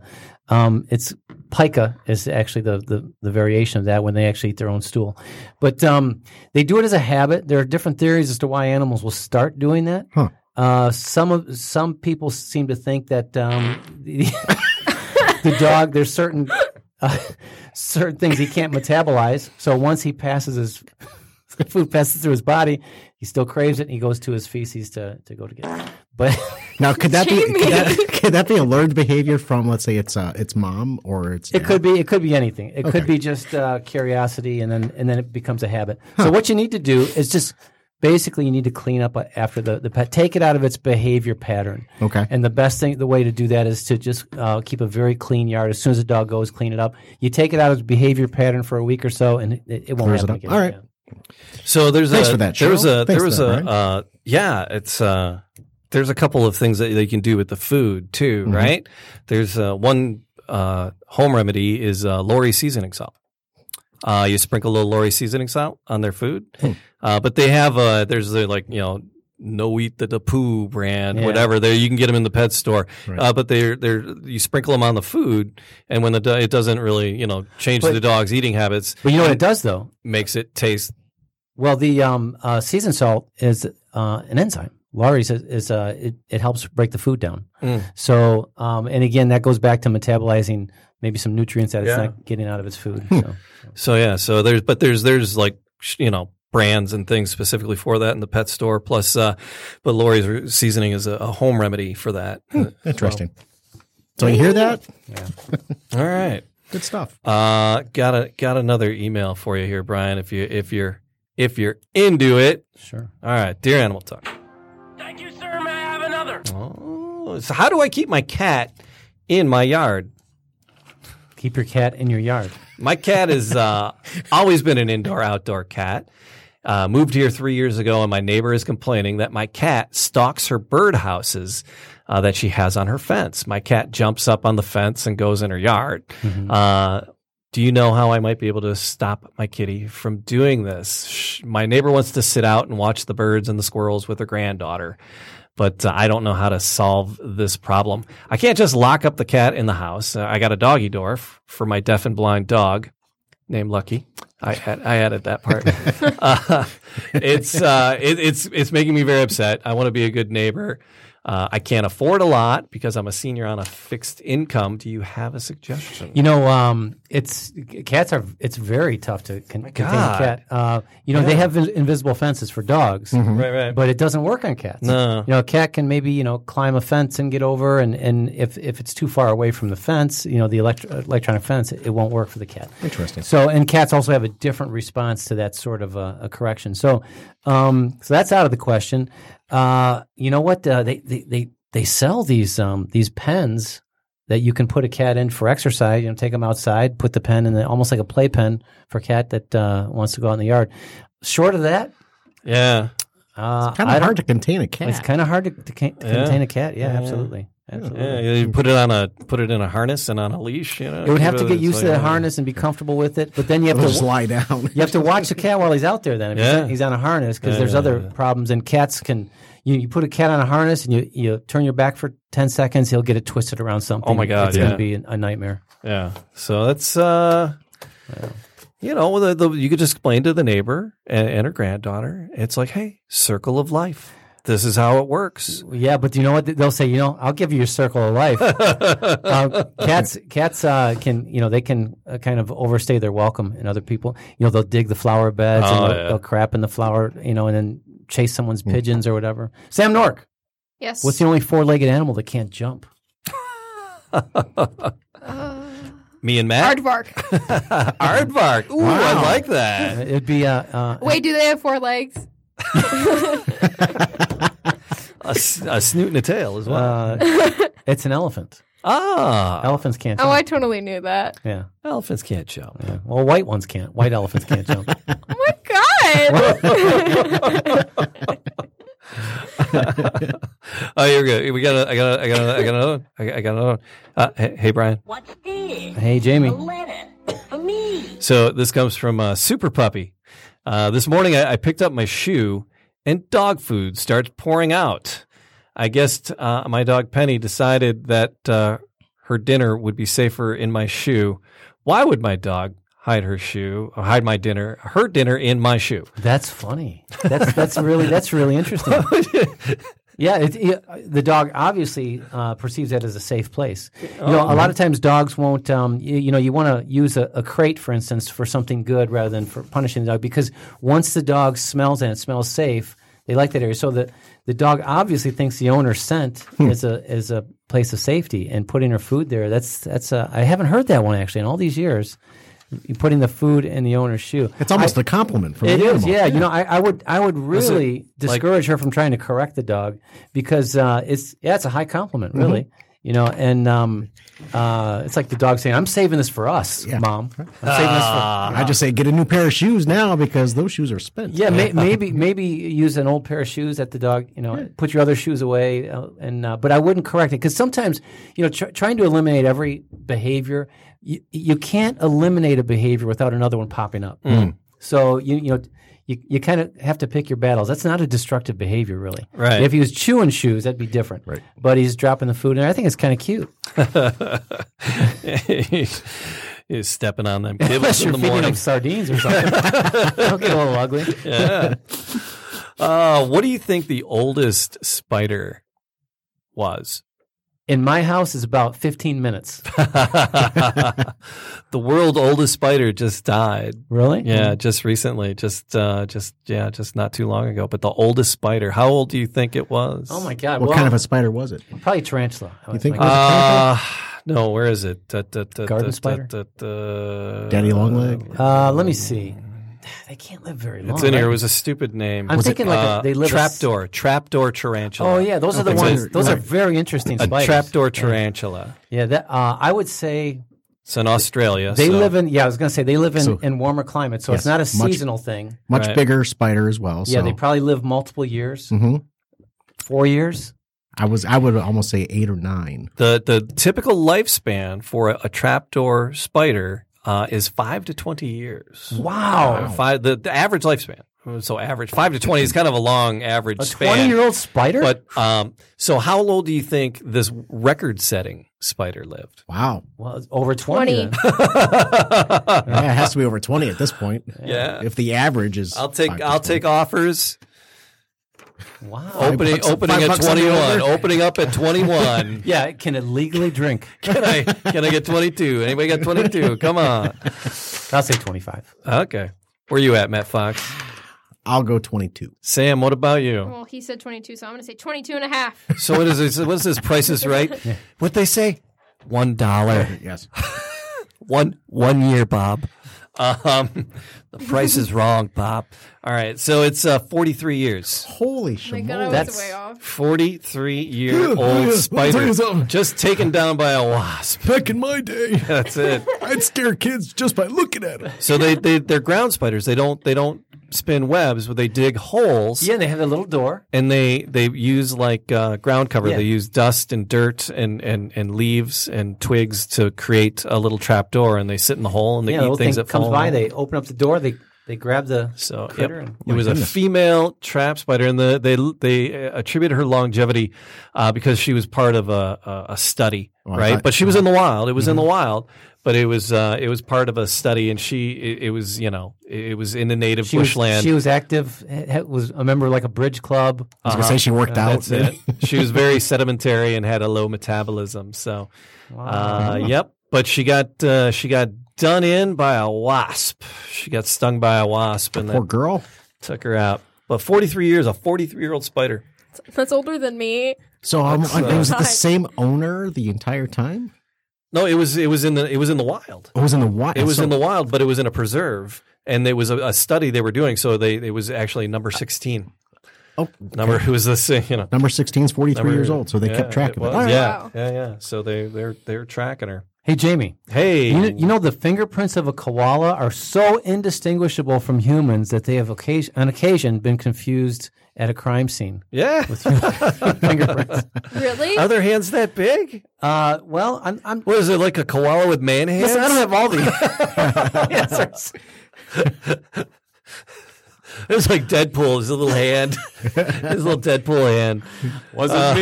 um, it's pica is actually the, the, the variation of that when they actually eat their own stool. But um, they do it as a habit. There are different theories as to why animals will start doing that.
Huh.
Uh, some of some people seem to think that um, the, the dog there's certain uh, certain things he can't metabolize. So once he passes his the food passes through his body, he still craves it, and he goes to his feces to, to go to get it. But
Now, could that be
Jamie.
could that, could that be a learned behavior from let's say it's uh it's mom or it's
it could be it could be anything. It could
Okay.
be just uh, curiosity, and then and then it becomes a habit. So what you need to do is just basically you need to clean up after the, the pet, take it out of its behavior pattern.
Okay.
And the best thing, the way to do that is to just uh, keep a very clean yard. As soon as the dog goes, clean it up. You take it out of its behavior pattern for a week or so, and it, it won't
Clears it
happen
up.
again.
All right.
Yeah.
So there's
Thanks
a
for that,
there was
Cheryl.
a
Thanks
there was
for
a
that, Brian.
uh, yeah it's uh, there's a couple of things that they can do with the food too
Mm-hmm.
right there's uh, one uh, home remedy is uh, Lori seasoning salt. Uh, you sprinkle a little Lori seasoning salt on their food,
Hmm.
uh, but they have uh, there's uh, like you know no eat the, the poo brand
Yeah.
whatever there you can get them in the pet store uh, but they're they're you sprinkle them on the food and when the do- it doesn't really you know change
But-
the dog's eating habits
But you know what it does though?
makes it taste
Well, the um, uh, seasoned salt is uh, an enzyme. Laurie's is, is uh, it, it helps break the food down.
Mm.
So, um, and again, that goes back to metabolizing maybe some nutrients that it's
Yeah.
not getting out of its food. So.
So yeah, so there's but there's there's like sh- you know brands and things specifically for that in the pet store. Plus, uh, but Lori's re- seasoning is a, a home remedy for that.
interesting? So you hear that?
All right,
Good stuff.
uh, got a got another email for you here, Brian. If you if you're if you're into it.
Sure.
All right, dear Animal Talk.
Thank you, sir. May I have another?
Oh, so how do I keep my cat in my yard?
Keep your cat in your yard.
My cat has uh, always been an indoor outdoor cat. Uh, moved here three years ago, and my neighbor is complaining that my cat stalks her birdhouses uh, that she has on her fence. My cat jumps up on the fence and goes in her yard. Uh, do you know how I might be able to stop my kitty from doing this? Sh my neighbor wants to sit out and watch the birds and the squirrels with her granddaughter, but uh, I don't know how to solve this problem. I can't just lock up the cat in the house. Uh, I got a doggy door f- for my deaf and blind dog named Lucky. I had, I added that part. uh, it's uh, it, it's it's making me very upset. I want to be a good neighbor. Uh, I can't afford a lot because I'm a senior on a fixed income. Do you have a suggestion?
You know, um, it's cats are. It's very tough to con- contain a
God.
cat. Uh, you know, they have in- invisible fences for dogs,
right, right.
but it doesn't work on cats.
No.
You know, a cat can maybe you know climb a fence and get over, and, and if if it's too far away from the fence, you know, the elect- electronic fence, it, it won't work for the cat.
Interesting.
So, and cats also have a different response to that sort of a, a correction. So, um, so that's out of the question. Uh, you know what? Uh, they, they they they sell these um, these pens that you can put a cat in for exercise. You know, take them outside, put the pen in the, almost like a playpen for a cat that uh, wants to go out in the yard. Short of that,
Yeah.
uh,
Kind
I
of
don't-
hard to contain a cat.
It's kind of hard to, to, can- to
Yeah.
contain a cat. Yeah, absolutely, absolutely.
Yeah, you put it on a put it in a harness and on a leash. You know,
It would have to
It's
get used to
like,
the
uh,
harness and be comfortable with it, but then you have
They'll
to
just lie down.
You have to watch the cat while he's out there. Then if he's-
Yeah.
he's on a harness because there's other problems. And cats can you, you put a cat on a harness and you you turn your back for ten seconds, he'll get it twisted around something.
Oh my God,
it's
yeah.
gonna be an- a nightmare.
Yeah. So that's uh, you know, the, the, you could just explain to the neighbor and, and her granddaughter. It's like, hey, circle of life. This is how it works.
Yeah, but you know what? They'll say, you know, I'll give you your circle of life. uh, cats, cats uh, can, you know, they can uh, kind of overstay their welcome in other people. You know, they'll dig the flower beds and
Oh,
they'll,
yeah. Hmm.
they'll crap in the flower, you know, and then chase someone's pigeons or whatever. Sam Nork,
Yes.
what's the only four-legged animal that can't jump?
Uh,
Me and Matt
Aardvark.
Aardvark. Ooh, I like that.
It'd be uh, uh,
Wait, do they have four legs?
A, s- a snoot and a tail as well.
Uh, it's an elephant.
ah,
Elephants can't
Oh,
jump.
I totally knew that.
yeah.
elephants can't jump.
yeah. Well, white ones can't. White elephants can't jump.
Oh my god.
Oh, you're good. We got. A, I got. A, I got. A, I got another. one. I got- I got another. One. Uh, hey, hey, Brian.
What's this?
Hey, Jamie.
Oh.
Letter for me.
So this comes from uh, Super Puppy. Uh, this morning I, I picked up my shoe and dog food starts pouring out. I guessed uh, my dog Penny decided that uh, her dinner would be safer in my shoe. Why would my dog hide her shoe, or hide my dinner, her dinner in my shoe?
That's funny. That's that's really that's really interesting. yeah, it, it, the dog obviously uh, perceives that as a safe place. You know, a lot of times dogs won't. Um, you, you know, you want to use a, a crate, for instance, for something good rather than for punishing the dog because once the dog smells and it smells safe, they like that area. So the the dog obviously thinks the owner's scent is a is a place of safety, and putting her food there. That's that's. A, I haven't heard that one actually in all these years. Putting the food in the owner's shoe.
It's almost a compliment from
It
the
is,
animal.
yeah. You know, I, I would, I would really discourage her from trying to correct the dog because uh, it's, yeah, it's a high compliment, really. You know, and um, uh, it's like the dog saying, "I'm saving this for us, mom. I'm saving this for."
I just say get a new pair of shoes now because those shoes are spent.
Yeah, may, maybe maybe use an old pair of shoes that the dog, you know, put your other shoes away, uh, and uh, but I wouldn't correct it because sometimes, you know, tr- trying to eliminate every behavior, you, you can't eliminate a behavior without another one popping up.
Mm.
So you you know. You, you kind of have to pick your battles. That's not a destructive behavior, really.
Right.
If he was chewing shoes, that'd be different. Right. But he's dropping the food, and I think it's kind of cute.
He's stepping on them kibbles
Unless
in
you're
the
feeding
morning.
him sardines or something. Don't get a little ugly.
Uh, what do you think the oldest spider was?
In my house, is about 15 minutes.
the world oldest spider just died.
Really?
Yeah, just recently, just uh, just yeah, just not too long ago. But the oldest spider, how old do you think it was?
Oh my God!
What
well,
kind of a spider was it?
Probably tarantula.
You think-
Like,
Uh, no, where is it? Da, da, da,
Garden
da,
spider?
da, da, da.
Daddy long leg?
uh, let me see. They can't live very long.
It's in here. It
right?
was a stupid name.
I'm Was it- thinking like a- they live a s-
trapdoor, trapdoor tarantula.
Oh yeah, those are the
Okay, so
ones.
it's
Those are
like
very interesting
a
spiders.
trapdoor tarantula.
Yeah, that uh, I would say
It's in Australia.
they
so-
live in. Yeah, I was gonna say they live in,
So-
in warmer climates, so it's
Yes,
not a
much-
seasonal thing.
Much
Right.
bigger spider as well.
Yeah,
so.
they probably live multiple years,
hmm
four years.
I was I would almost say eight or nine.
the the typical lifespan for a, a trapdoor spider uh, is five to twenty years.
Wow,
Uh, Five, the, the average lifespan. So average five to twenty is kind of a long average
a
span.
twenty-year-old spider.
But um, so how old do you think this record-setting spider lived?
Wow.
well, it's over twenty.
20.
then.
Yeah, it has to be over twenty at this point.
Yeah.
If the average is
I'll take
five
I'll
percent.
take offers.
wow.
Opening
bucks-
opening
five
at
bucks
twenty one.
under order.
Opening up at twenty one.
Yeah, can it legally drink?
can I can I get twenty two? Anybody got twenty two? Come on.
I'll say twenty-five.
Okay. Where you at, Matt Fox?
I'll go twenty two.
Sam, what about you?
Well, he said 22, so I'm going to say 22 and a half.
So what is this? What is this? Price is right. What they say? One dollar.
Yes.
One one year, Bob. Um, the price is wrong, Bob. All right. So it's uh, forty three years.
Holy
Oh my
shit.
God, I was
That's-
way off.
43 year old spider just taken down by a wasp.
Back in my day,
That's it.
I'd scare kids just by looking at them.
So they they they're ground spiders. They don't they don't spin webs, but they dig holes.
Yeah, they have a little door.
And they, they use like uh, ground cover.
Yeah.
They use dust and dirt and, and, and leaves and twigs to create a little trap door. And they sit in the hole and they
Yeah, the
eat
little
things
thing
that
comes
fall
by.
in.
They open up the door. They they grab the
So yep.
critter. and-
it was a female trap spider, and the, they they uh, attribute her longevity uh, because she was part of a, a, a study,
Oh,
I
right?
thought-
but she was in the wild. It was
Mm-hmm.
in the wild, but it was uh, it was part of a study, and she it, it was you know it, it was in the native
She was,
bushland.
she was active. ha- Was a member of like a bridge club.
Uh,
I was gonna say she worked out.
Uh-huh. That's it. she was very sedimentary and had a low metabolism. So, uh, yep. But she got uh, she got done in by a wasp. She got stung by a wasp, and
Poor
that
girl.
took her out. But 43 years, a 43 year old spider.
That's older than me.
So um,
That's, uh,
was it
Hi.
the same owner the entire time?
No, it was it was in the it was in the wild.
It was in the wild.
It was
so,
in the wild, but it was in a preserve, and there was a, a study they were doing. So they it was actually number 16.
oh,
Number who was this? You know,
number 16 is 43
number-
years old, so they
yeah,
kept track
it
of it.
was.
All right.
Yeah,
Wow.
yeah, yeah. So they they're they're tracking her.
Hey Jamie,
Hey,
you, you know the fingerprints of a koala are so indistinguishable from humans that they have occasion, on occasion been confused at a crime scene.
yeah.
Fingerprints.
Really?
Are their hands that big?
uh, well, I'm, I'm
What is it like a koala with man hands?
listen, I don't have all the answers.
It's like Deadpool. His little hand, Uh, his little Deadpool hand.
Wasn't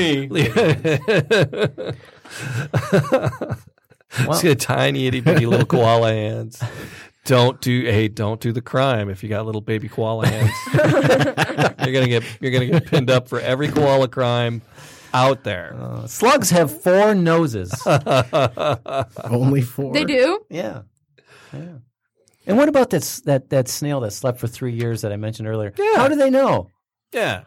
me.
It's got tiny itty bitty little koala hands. Don't do hey, don't do the crime if you got little baby koala hands. you're gonna get you're gonna get pinned up for every koala crime out there.
Uh. Slugs have four noses.
Uh-huh.
Only four.
they do?
Yeah. Yeah. And what about that, s- that that snail that slept for three years that I mentioned earlier?
Yeah.
How do they know?
yeah.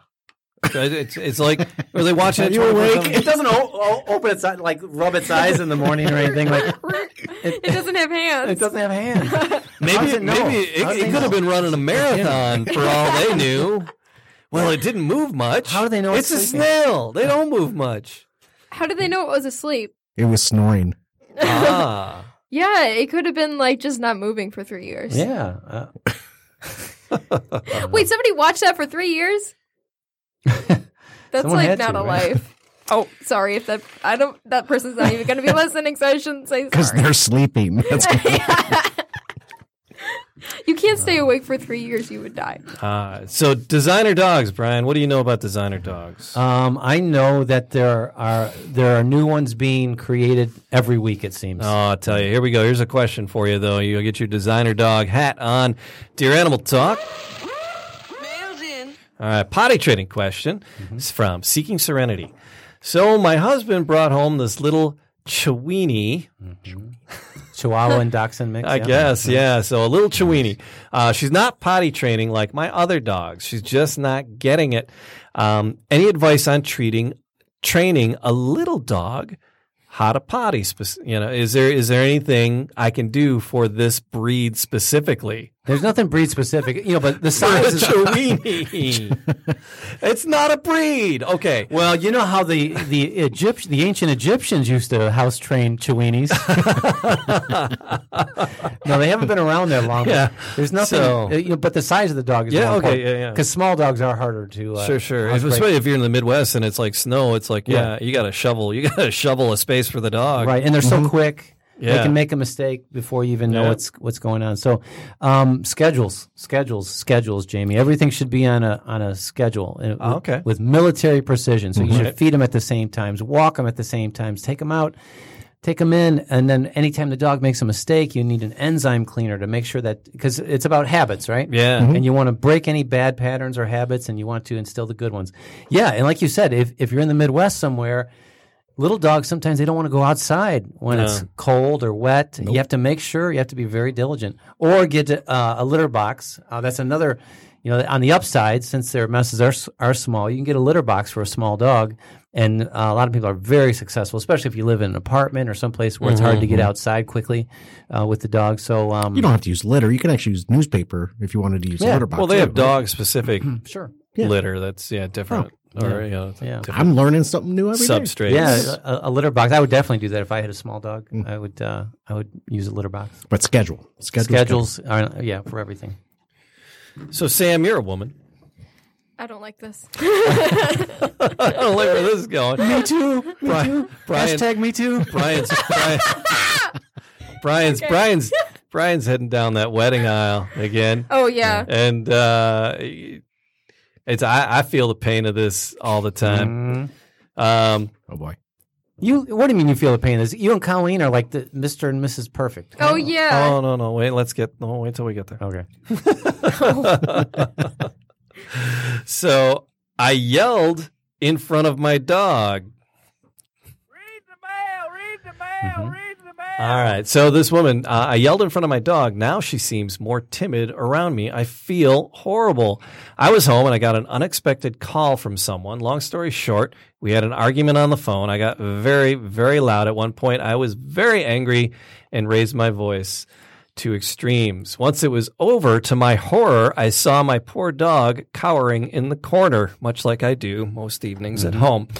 It's, it's like were they watching it?
Are you awake?
24/7?
It doesn't o- o- open its eye, like rub its eyes in the morning or anything. Like
It doesn't have hands.
it doesn't have hands. How
Maybe
does it know?
maybe it,
How
it
do they
could have
know?
been running a marathon for all they knew. Well, it didn't move much.
How do they know
It's,
it's
a
sleeping?
snail. They don't move much.
How did they know it was asleep?
It was snoring.
Ah,
Yeah, it could have been like just not moving for three years.
Yeah. Uh,
Wait, somebody watched that for three years? That's
Someone
like
had
not
to,
a
right?
life. Oh, sorry if that I don't. That person's not even going to be listening, so I shouldn't say
Because
sorry.
they're sleeping. That's
You can't
Oh.
stay awake for three years; you would die.
Ah, so designer dogs, Brian. What do you know about designer dogs?
um, I know that there are there are new ones being created every week. It seems.
Oh, I'll tell you. Here we go. Here's a question for you, though. You'll get your designer dog hat on. Dear Animal Talk.
Mail's in.
All right, potty training question.
Mm-hmm.
It's from Seeking Serenity. So my husband brought home this little Chiweenie.
Chihuahua and Dachshund mix.
I guess, yeah. So a little Chiweenie. Uh, she's not potty training like my other dogs. She's just not getting it. Um, any advice on treating, training a little dog how to potty? spec- You know, is there is there anything I can do for this breed specifically?
There's nothing breed specific, you know. But the size is
Linguini. it's not a breed. Okay.
Well, you know how the the Egypt, the ancient Egyptians used to house train Chewenis. no, they haven't been around that long. but
Yeah.
there's nothing.
So-
uh, you know, but the size of the dog is
Yeah, okay, yeah, yeah.
Because small dogs are harder to. Uh,
Sure, sure. If-
housebreak.
especially if you're in the Midwest and it's like snow, it's like yeah,
Yeah.
you got to shovel. You got to shovel a space for the dog.
Right, and they're so quick. They
mm-hmm. Yeah.
can make a mistake before you even know
Yeah.
what's what's going on. So, um, schedules, schedules, schedules, Jamie. Everything should be on a on a schedule. uh,
Ah,
with-
okay.
With military precision, so you should
Right.
feed them at the same times, walk them at the same times, take them out, take them in, and then anytime the dog makes a mistake, you need an enzyme cleaner to make sure that because it's about habits, right?
Yeah. Mm-hmm.
And you want to break any bad patterns or habits, and you want to instill the good ones. Yeah, and like you said, if if you're in the Midwest somewhere little dogs sometimes they don't want to go outside when it's cold or wet. You have to make sure you have to be very diligent, or get uh, a litter box. Uh, that's another, you know, on the upside since their messes are s- are small, you can get a litter box for a small dog, and uh, a lot of people are very successful, especially if you live in an apartment or someplace where it's hard to get outside quickly uh, with the dog. So um,
You don't have to use litter. You can actually use newspaper if you wanted to use
Yeah.
litter box.
Well, they
too,
have
right?
dog specific
sure,
litter. That's yeah different. Or you know,
Yeah.
different
I'm learning something new every day.
substrates.
yeah, a, a litter box. I would definitely do that if I had a small dog. I would uh, I would use a litter box.
But schedule. Schedule.
Schedules, are, yeah, for everything.
So Sam, you're a woman.
I don't like this.
I don't like where this is going. Me too. Me too. Brian,
Hashtag me too.
Brian's Brian, Brian's Brian's Brian's heading down that wedding aisle again.
Oh yeah.
and uh, it's I, I feel the pain of this all the time. Um,
Oh, boy.
You what do you mean you feel the pain? Is you and Colleen are like the Mr. and Mrs. Perfect.
Oh yeah.
Oh no no wait let's get no wait till we get there.
Okay.
So I yelled in front of my dog. All right. So this woman, uh, I yelled in front of my dog. Now she seems more timid around me. I feel horrible. I was home and I got an unexpected call from someone. Long story short, we had an argument on the phone. I got very, very loud at one point. I was very angry and raised my voice to extremes. Once it was over, to my horror, I saw my poor dog cowering in the corner, much like I do most evenings at home.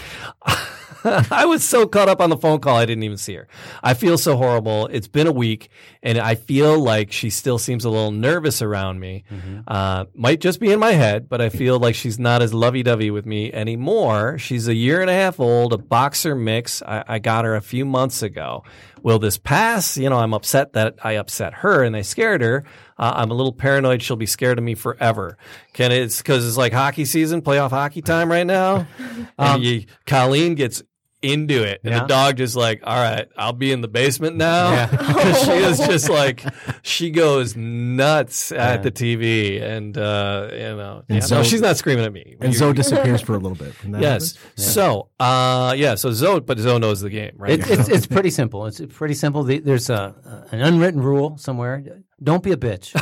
I was so caught up on the phone call, I didn't even see her. I feel so horrible. It's been a week, and I feel like she still seems a little nervous around me. Uh, might just be in my head, but I feel like she's not as lovey dovey with me anymore. She's a year and a half old, a boxer mix. I, I got her a few months ago. Will this pass? You know, I'm upset that I upset her and I scared her. Uh, I'm a little paranoid she'll be scared of me forever. Can it's because it's like hockey season, playoff hockey time right now. Um, and you, Colleen gets into it, and
Yeah.
the dog just like, all right, I'll be in the basement now. 'Cause she is just like, she goes nuts at the TV, and uh, you know, yeah, no,
so-
she's not screaming at me.
And
You-
Zoe disappears for a little bit. And that
yes.
happens.
So, uh, yeah. So Zoe, but Zoe knows the game, right?
It, it's it's pretty simple. It's pretty simple. The- There's a an unwritten rule somewhere. Don't be a bitch.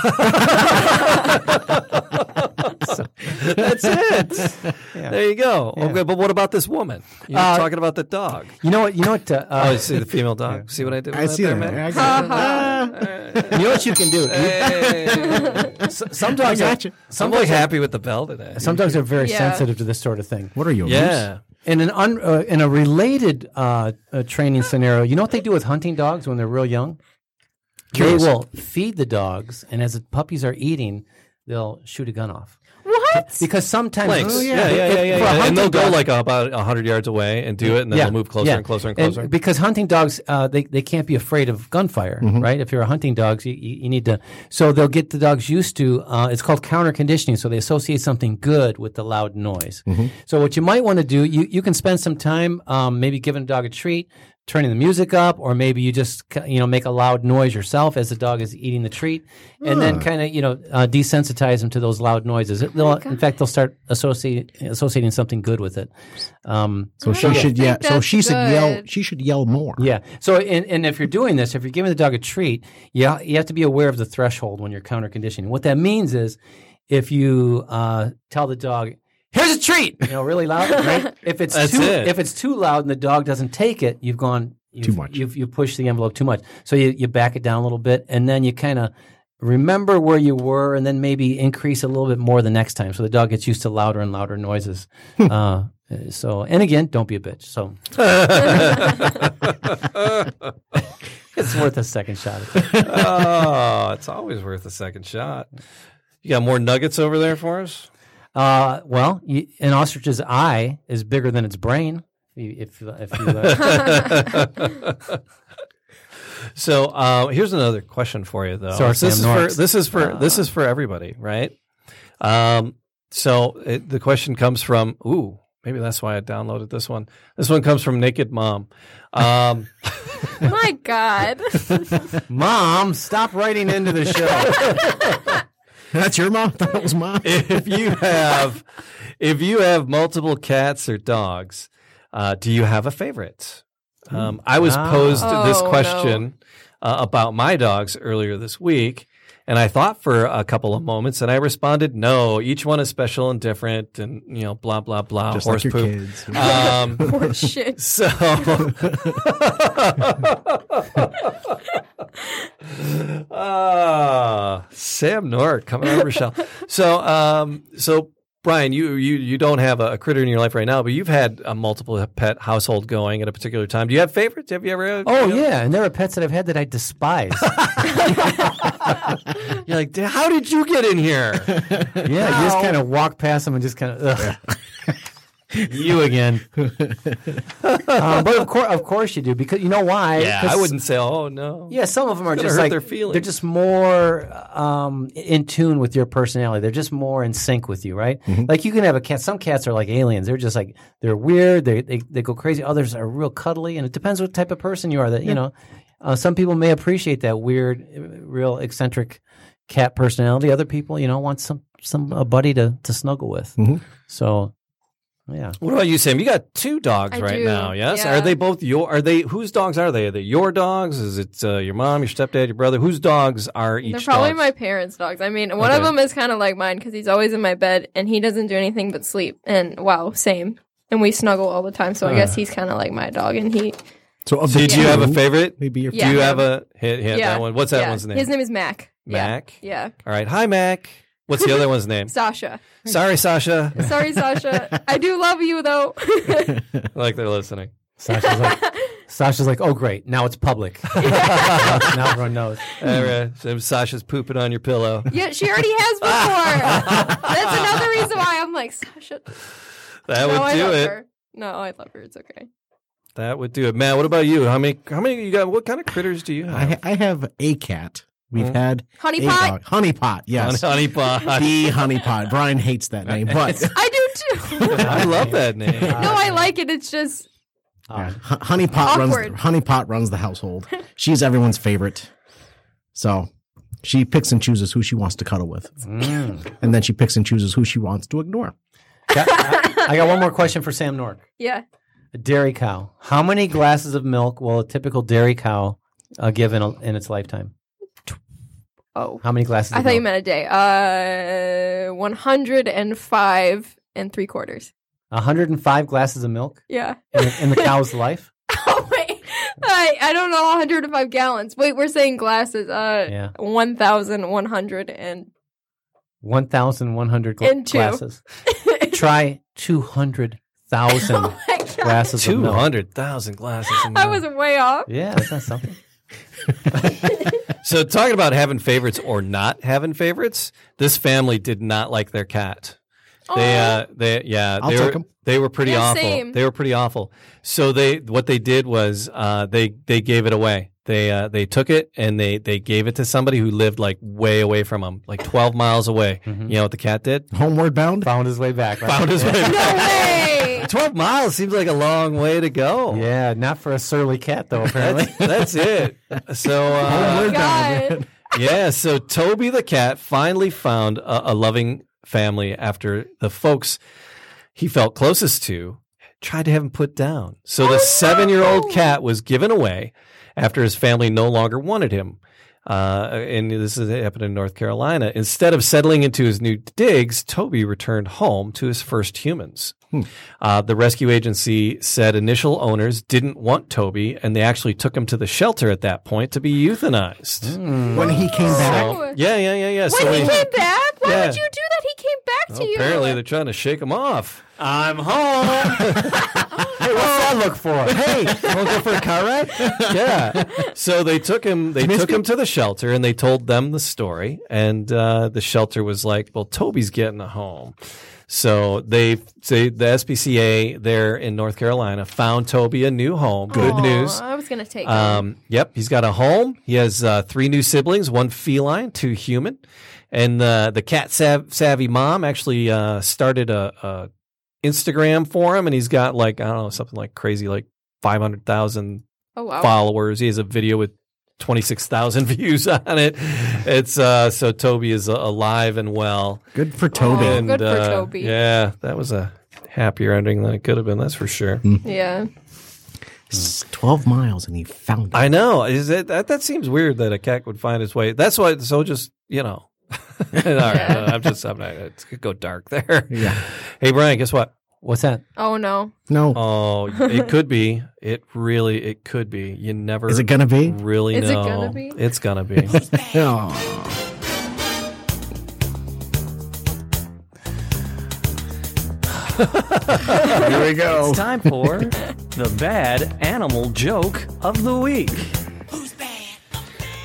That's it. There you go. Okay, but what about this woman? You're talking about the dog.
You know what? You know what? Uh,
Oh, you
uh,
see the female dog. See what I did? With
I see
there,
that.
man?
I
Oh.
got it.
Uh-huh.
you know what you can do. You- s- some dogs.
I gotcha.
Are,
I'm
some
like
dogs. Are,
happy with the bell today.
some dogs are very
Yeah.
sensitive to this sort of thing.
What are you? a
yeah.
In an un, uh, in a related uh, uh, training scenario, you know what they do with hunting dogs when they're real young?
Curious.
They will feed the dogs, and as the puppies are eating, they'll shoot a gun off.
What?
Because sometimes, Oh,
Planks. yeah, yeah, yeah,
If-
yeah.
for a
yeah.
hunting
And they'll go
dog-
like about hundred yards away and do it, and then they'll move closer
yeah.
and closer and closer.
because hunting dogs, uh, they, they can't be afraid of gunfire, right? If you're a hunting dogs, you, you, you need to. So they'll get the dogs used to. Uh, it's called counter conditioning. So they associate something good with the loud noise. So what you might want to do, you, you can spend some time um, maybe giving a dog a treat. Turning the music up, or maybe you just you know make a loud noise yourself as the dog is eating the treat, and then kind of you know uh, desensitize them to those loud noises. It, they'll, in fact, they'll start associating associating something good with it. Um,
So she
don't
should yeah.
think
So
that's
she should yell.
good.
She should yell more.
Yeah. So, and, and if you're doing this, if you're giving the dog a treat, you, ha- you have to be aware of the threshold when you're counter conditioning. What that means is if you uh, tell the dog, here's a treat, you know, really loud, right? If it's,
That's
too,
it.
if it's too loud and the dog doesn't take it, you've gone you've,
Too much.
You've, you've pushed the envelope too much. So you, you back it down a little bit and then you kind of remember where you were and then maybe increase a little bit more the next time so the dog gets used to louder and louder noises uh, so and again don't be a bitch so it's worth a second shot at that.
oh, it's always worth a second shot. You got more nuggets over there for us?
uh, well you, an ostrich's eye is bigger than its brain if, if you uh,
So uh, here's another question for you, though.
Sorry,
So this, is
Sam Norris. Uh,
for, this is for this is for everybody, right? Um, so it, the question comes from ooh, maybe that's why I downloaded this one. This one comes from Naked Mom. Um,
My God.
mom stop writing into the show
That's your mom? I thought it was mine.
if you have if you have multiple cats or dogs, uh, do you have a favorite? Um, I was
Ah.
posed this
Oh, no.
question uh, about my dogs earlier this week, and I thought for a couple of moments, and I responded, "No, each one is special and different, and you know, blah blah blah,
Just
horse
like your
poop."
kids.
Um,
Poor shit.
so, Ah, Sam Nort coming out of Rochelle. So, um, so Brian, you you you don't have a, critter in your life right now, but you've had a multiple pet household going at a particular time. Do you have favorites? Have you ever? Had,
oh
you know-
yeah and there are pets that i've had that i despise
You're like, "Dude, how did you get in here?
yeah you just kind of walk past them and just kind of ugh. you again um, but of course of course you do because you know why
yeah, I
'Cause-
wouldn't say. Oh no.
Yeah, some of them are
Gonna
just
hurt
like
their feelings.
they're just more um, in tune with your personality. They're just more in sync with you, right?
Mm-hmm.
Like you can have a cat. Some cats are like aliens. They're just like they're weird. They they, they go crazy. Others are real cuddly, and it depends what type of person you are. That you know, uh, some people may appreciate that weird, uh, real eccentric cat personality. Other people, you know, want some some a buddy to to snuggle with.
Mm-hmm.
So, yeah.
What about you, Sam? You got two dogs
I
right
do,
now. Yes,
yeah.
are they both your? Are they whose dogs are they? Are they your dogs? Is it uh, your mom, your stepdad, your brother? Whose dogs are each?
They're probably
dog's?
my parents' dogs. I mean, one of
Okay.
them is kind of like mine because he's always in my bed and he doesn't do anything but sleep. And wow, same. And we snuggle all the time. So I guess
Uh.
he's kind of like my dog. And he,
So, of
So
the
do you have a
two,
favorite?
Maybe your
Yeah.
Do you have a hit? Hit
yeah.
that one. What's that
yeah.
one's name?
His name is Mac. Yeah.
Mac.
Yeah.
All right. Hi, Mac. What's the other one's name?
Sasha.
Sorry, Sasha.
Sorry, Sasha. I do love you though.
like they're listening.
Sasha's like, Sasha's like, oh great, now it's public. now everyone knows.
All
Hmm.
right. So Sasha's pooping on your pillow.
yeah, she already has before. That's another reason why I'm like Sasha.
That
no,
would
I
do
love
it.
her. No, I love her. It's okay.
That would do it. Matt, what about you? How many? How many you got? What kind of critters do you
I,
have?
ha- I have a cat. We've had
Honey
a
pot?
dog. Honey pot, yes.
Mm. Honey, honey pot.
the honey pot. Brian hates that name, but
I do too.
I love that name.
no, I like it. It's just
Um,
yeah, H- honey pot
Awkward.
runs. Honey pot runs the household. She's everyone's favorite. So she picks and chooses who she wants to cuddle with,
Mm.
and then she picks and chooses who she wants to ignore.
Got- I, I got one more question for Sam Nork.
yeah.
A dairy cow. How many glasses of milk will a typical dairy cow uh, give in, a, in its lifetime?
Oh,
How many glasses?
I
of
thought you
milk?
meant a day. Uh, one hundred and five and three quarters.
105 glasses of milk
Yeah.
in, the- in the cow's life.
Oh wait, I I don't know. One hundred and five gallons. Wait, we're saying glasses. Uh,
Yeah,
one thousand one hundred and
1,100 gla-
And two.
glasses. Try 200,000
oh my god,
glasses of
Two
milk.
hundred thousand glasses. of
I
milk.
was way off.
Yeah, that's not something.
So talking about having favorites or not having favorites, this family did not like their cat. They,
Aw.
uh, they, yeah,
I'll
they
take
were
'em.
they were pretty
Yeah,
awful.
same.
They were pretty awful. So they, what they did was, uh, they they gave it away. They uh, they took it and they they gave it to somebody who lived like way away from them, like twelve miles away. You know what the cat did?
Homeward bound.
Found his way back. Right?
Found his way.
Oh, No way.
twelve miles seems like a long way to go.
Yeah, not for a surly cat though. Apparently,
That's, that's it. So uh,
Oh my god.
yeah, so Toby the cat finally found a, a loving family after the folks he felt closest to tried to have him put down. So the seven year old cat was given away after his family no longer wanted him. Uh, and this is, happened in North Carolina. Instead of settling into his new digs, Toby returned home to his first humans. Uh, the rescue agency said initial owners didn't want Toby, and they actually took him to the shelter at that point to be euthanized.
When he came back,
Oh.
Yeah, yeah, yeah, yeah. so
when he
we-
came back? Why
Yeah.
would you do that? He came back to
Well,
you.
apparently they're trying to shake him off.
I'm home. hey, what's that look for? Hey, want to go for a car ride?
yeah. So they took him. They took him to the shelter, and they told them the story. And uh, the shelter was like, "Well, Toby's getting a home." So they, they, the SPCA there in North Carolina found Toby a new home. Good
Aw,
news.
I was gonna take. him.
Um, yep, he's got a home. He has uh, three new siblings: one feline, two human, and uh, the cat sav- savvy mom actually uh, started a, a Instagram for him, and he's got like I don't know something like crazy, like five hundred thousand
oh wow.
followers. He has a video with 26,000 views on it. It's uh so Toby is uh, alive and well.
good for Toby.
Oh,
and
good for
uh,
Toby.
Yeah, that was a happier ending than it could have been, that's for sure.
Yeah.
It's Twelve miles, and he found it.
I know. Is it that that seems weird that a cat would find its way. That's why so just, you know. All right, uh, I'm just I'm not it could go dark there.
Yeah.
Hey Brian, guess what?
What's that?
Oh no.
No,
Oh, it could be. It really it could be. You never
is it gonna be?
really
Is it
know.
gonna be?
It's gonna be.
Oh. Here we go.
Time for the bad animal joke of the week.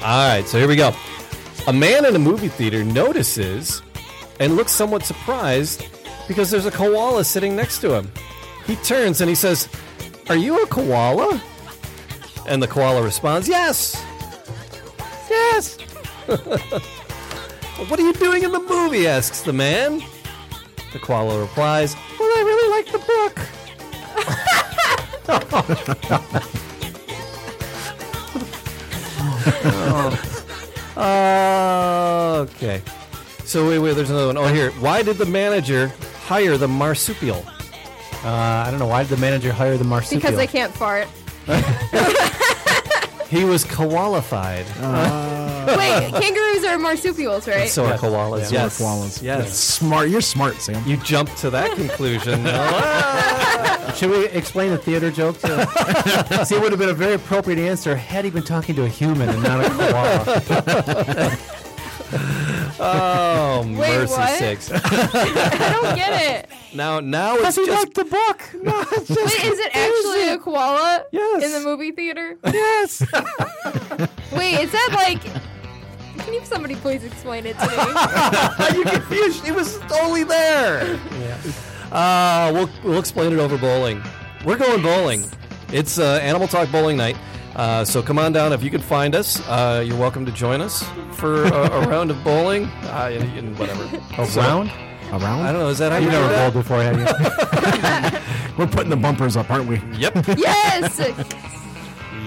All right, so here we go. A man in a movie theater notices and looks somewhat surprised because there's a koala sitting next to him. He turns and he says, Are you a koala? And the koala responds, Yes. Yes. what are you doing in the movie? asks the man. The koala replies, Well, I really like the book. Uh, okay. So wait, wait. There's another one. Oh, here. Why did the manager hire the marsupial?
Uh, I don't know. Why did the manager hire the marsupial?
Because I can't fart.
He was koalified.
Wait, kangaroos are marsupials, right?
So are koalas.
Yeah,
yes.
koalas.
Yes.
Smart. You're smart, Sam.
You jumped to that conclusion.
Should we explain the theater joke? To See, it would have been a very appropriate answer had he been talking to a human and not a koala.
oh,
Wait,
mercy
what?
sakes.
I don't get it.
Now, now it's
he
just
liked the book.
Wait, is it actually a koala?
Yes.
In the movie theater?
yes.
Wait, is that like? Can you somebody please explain it to me?
Are you confused? It was only there. Yeah. Uh, we'll, we'll explain it over bowling. We're going bowling. It's uh, Animal Talk Bowling Night. Uh, so come on down if you can find us. Uh, you're welcome to join us for a, a round of bowling. Uh, and- and whatever.
A round?
I
Around?
don't know. Is that how you
You never
do that?
bowled before, have you?
We're putting the bumpers up, aren't we?
Yep.
yes.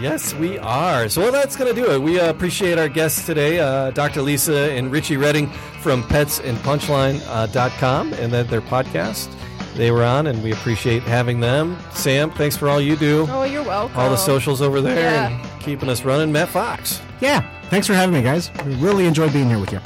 Yes, we are. So, well, that's going to do it. We uh, appreciate our guests today, uh, Dr. Lisa and Richie Redding from petsandpunchline.com uh, dot com and then their podcast they were on, and we appreciate having them. Sam, thanks for all you do,
Oh, you're welcome.
all the socials over there,
Yeah.
and keeping us running. Matt Fox.
Yeah. Thanks for having me, guys. We really enjoyed being here with you.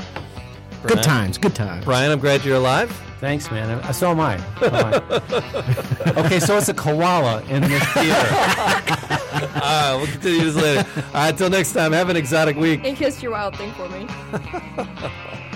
Good times. Good times.
Brian, I'm glad you're alive.
Thanks, man. I- So am I. So am I. okay, so it's a koala in this theater.
All right, we'll continue this later. All right, until next time, have an exotic week.
And kiss your wild thing for me.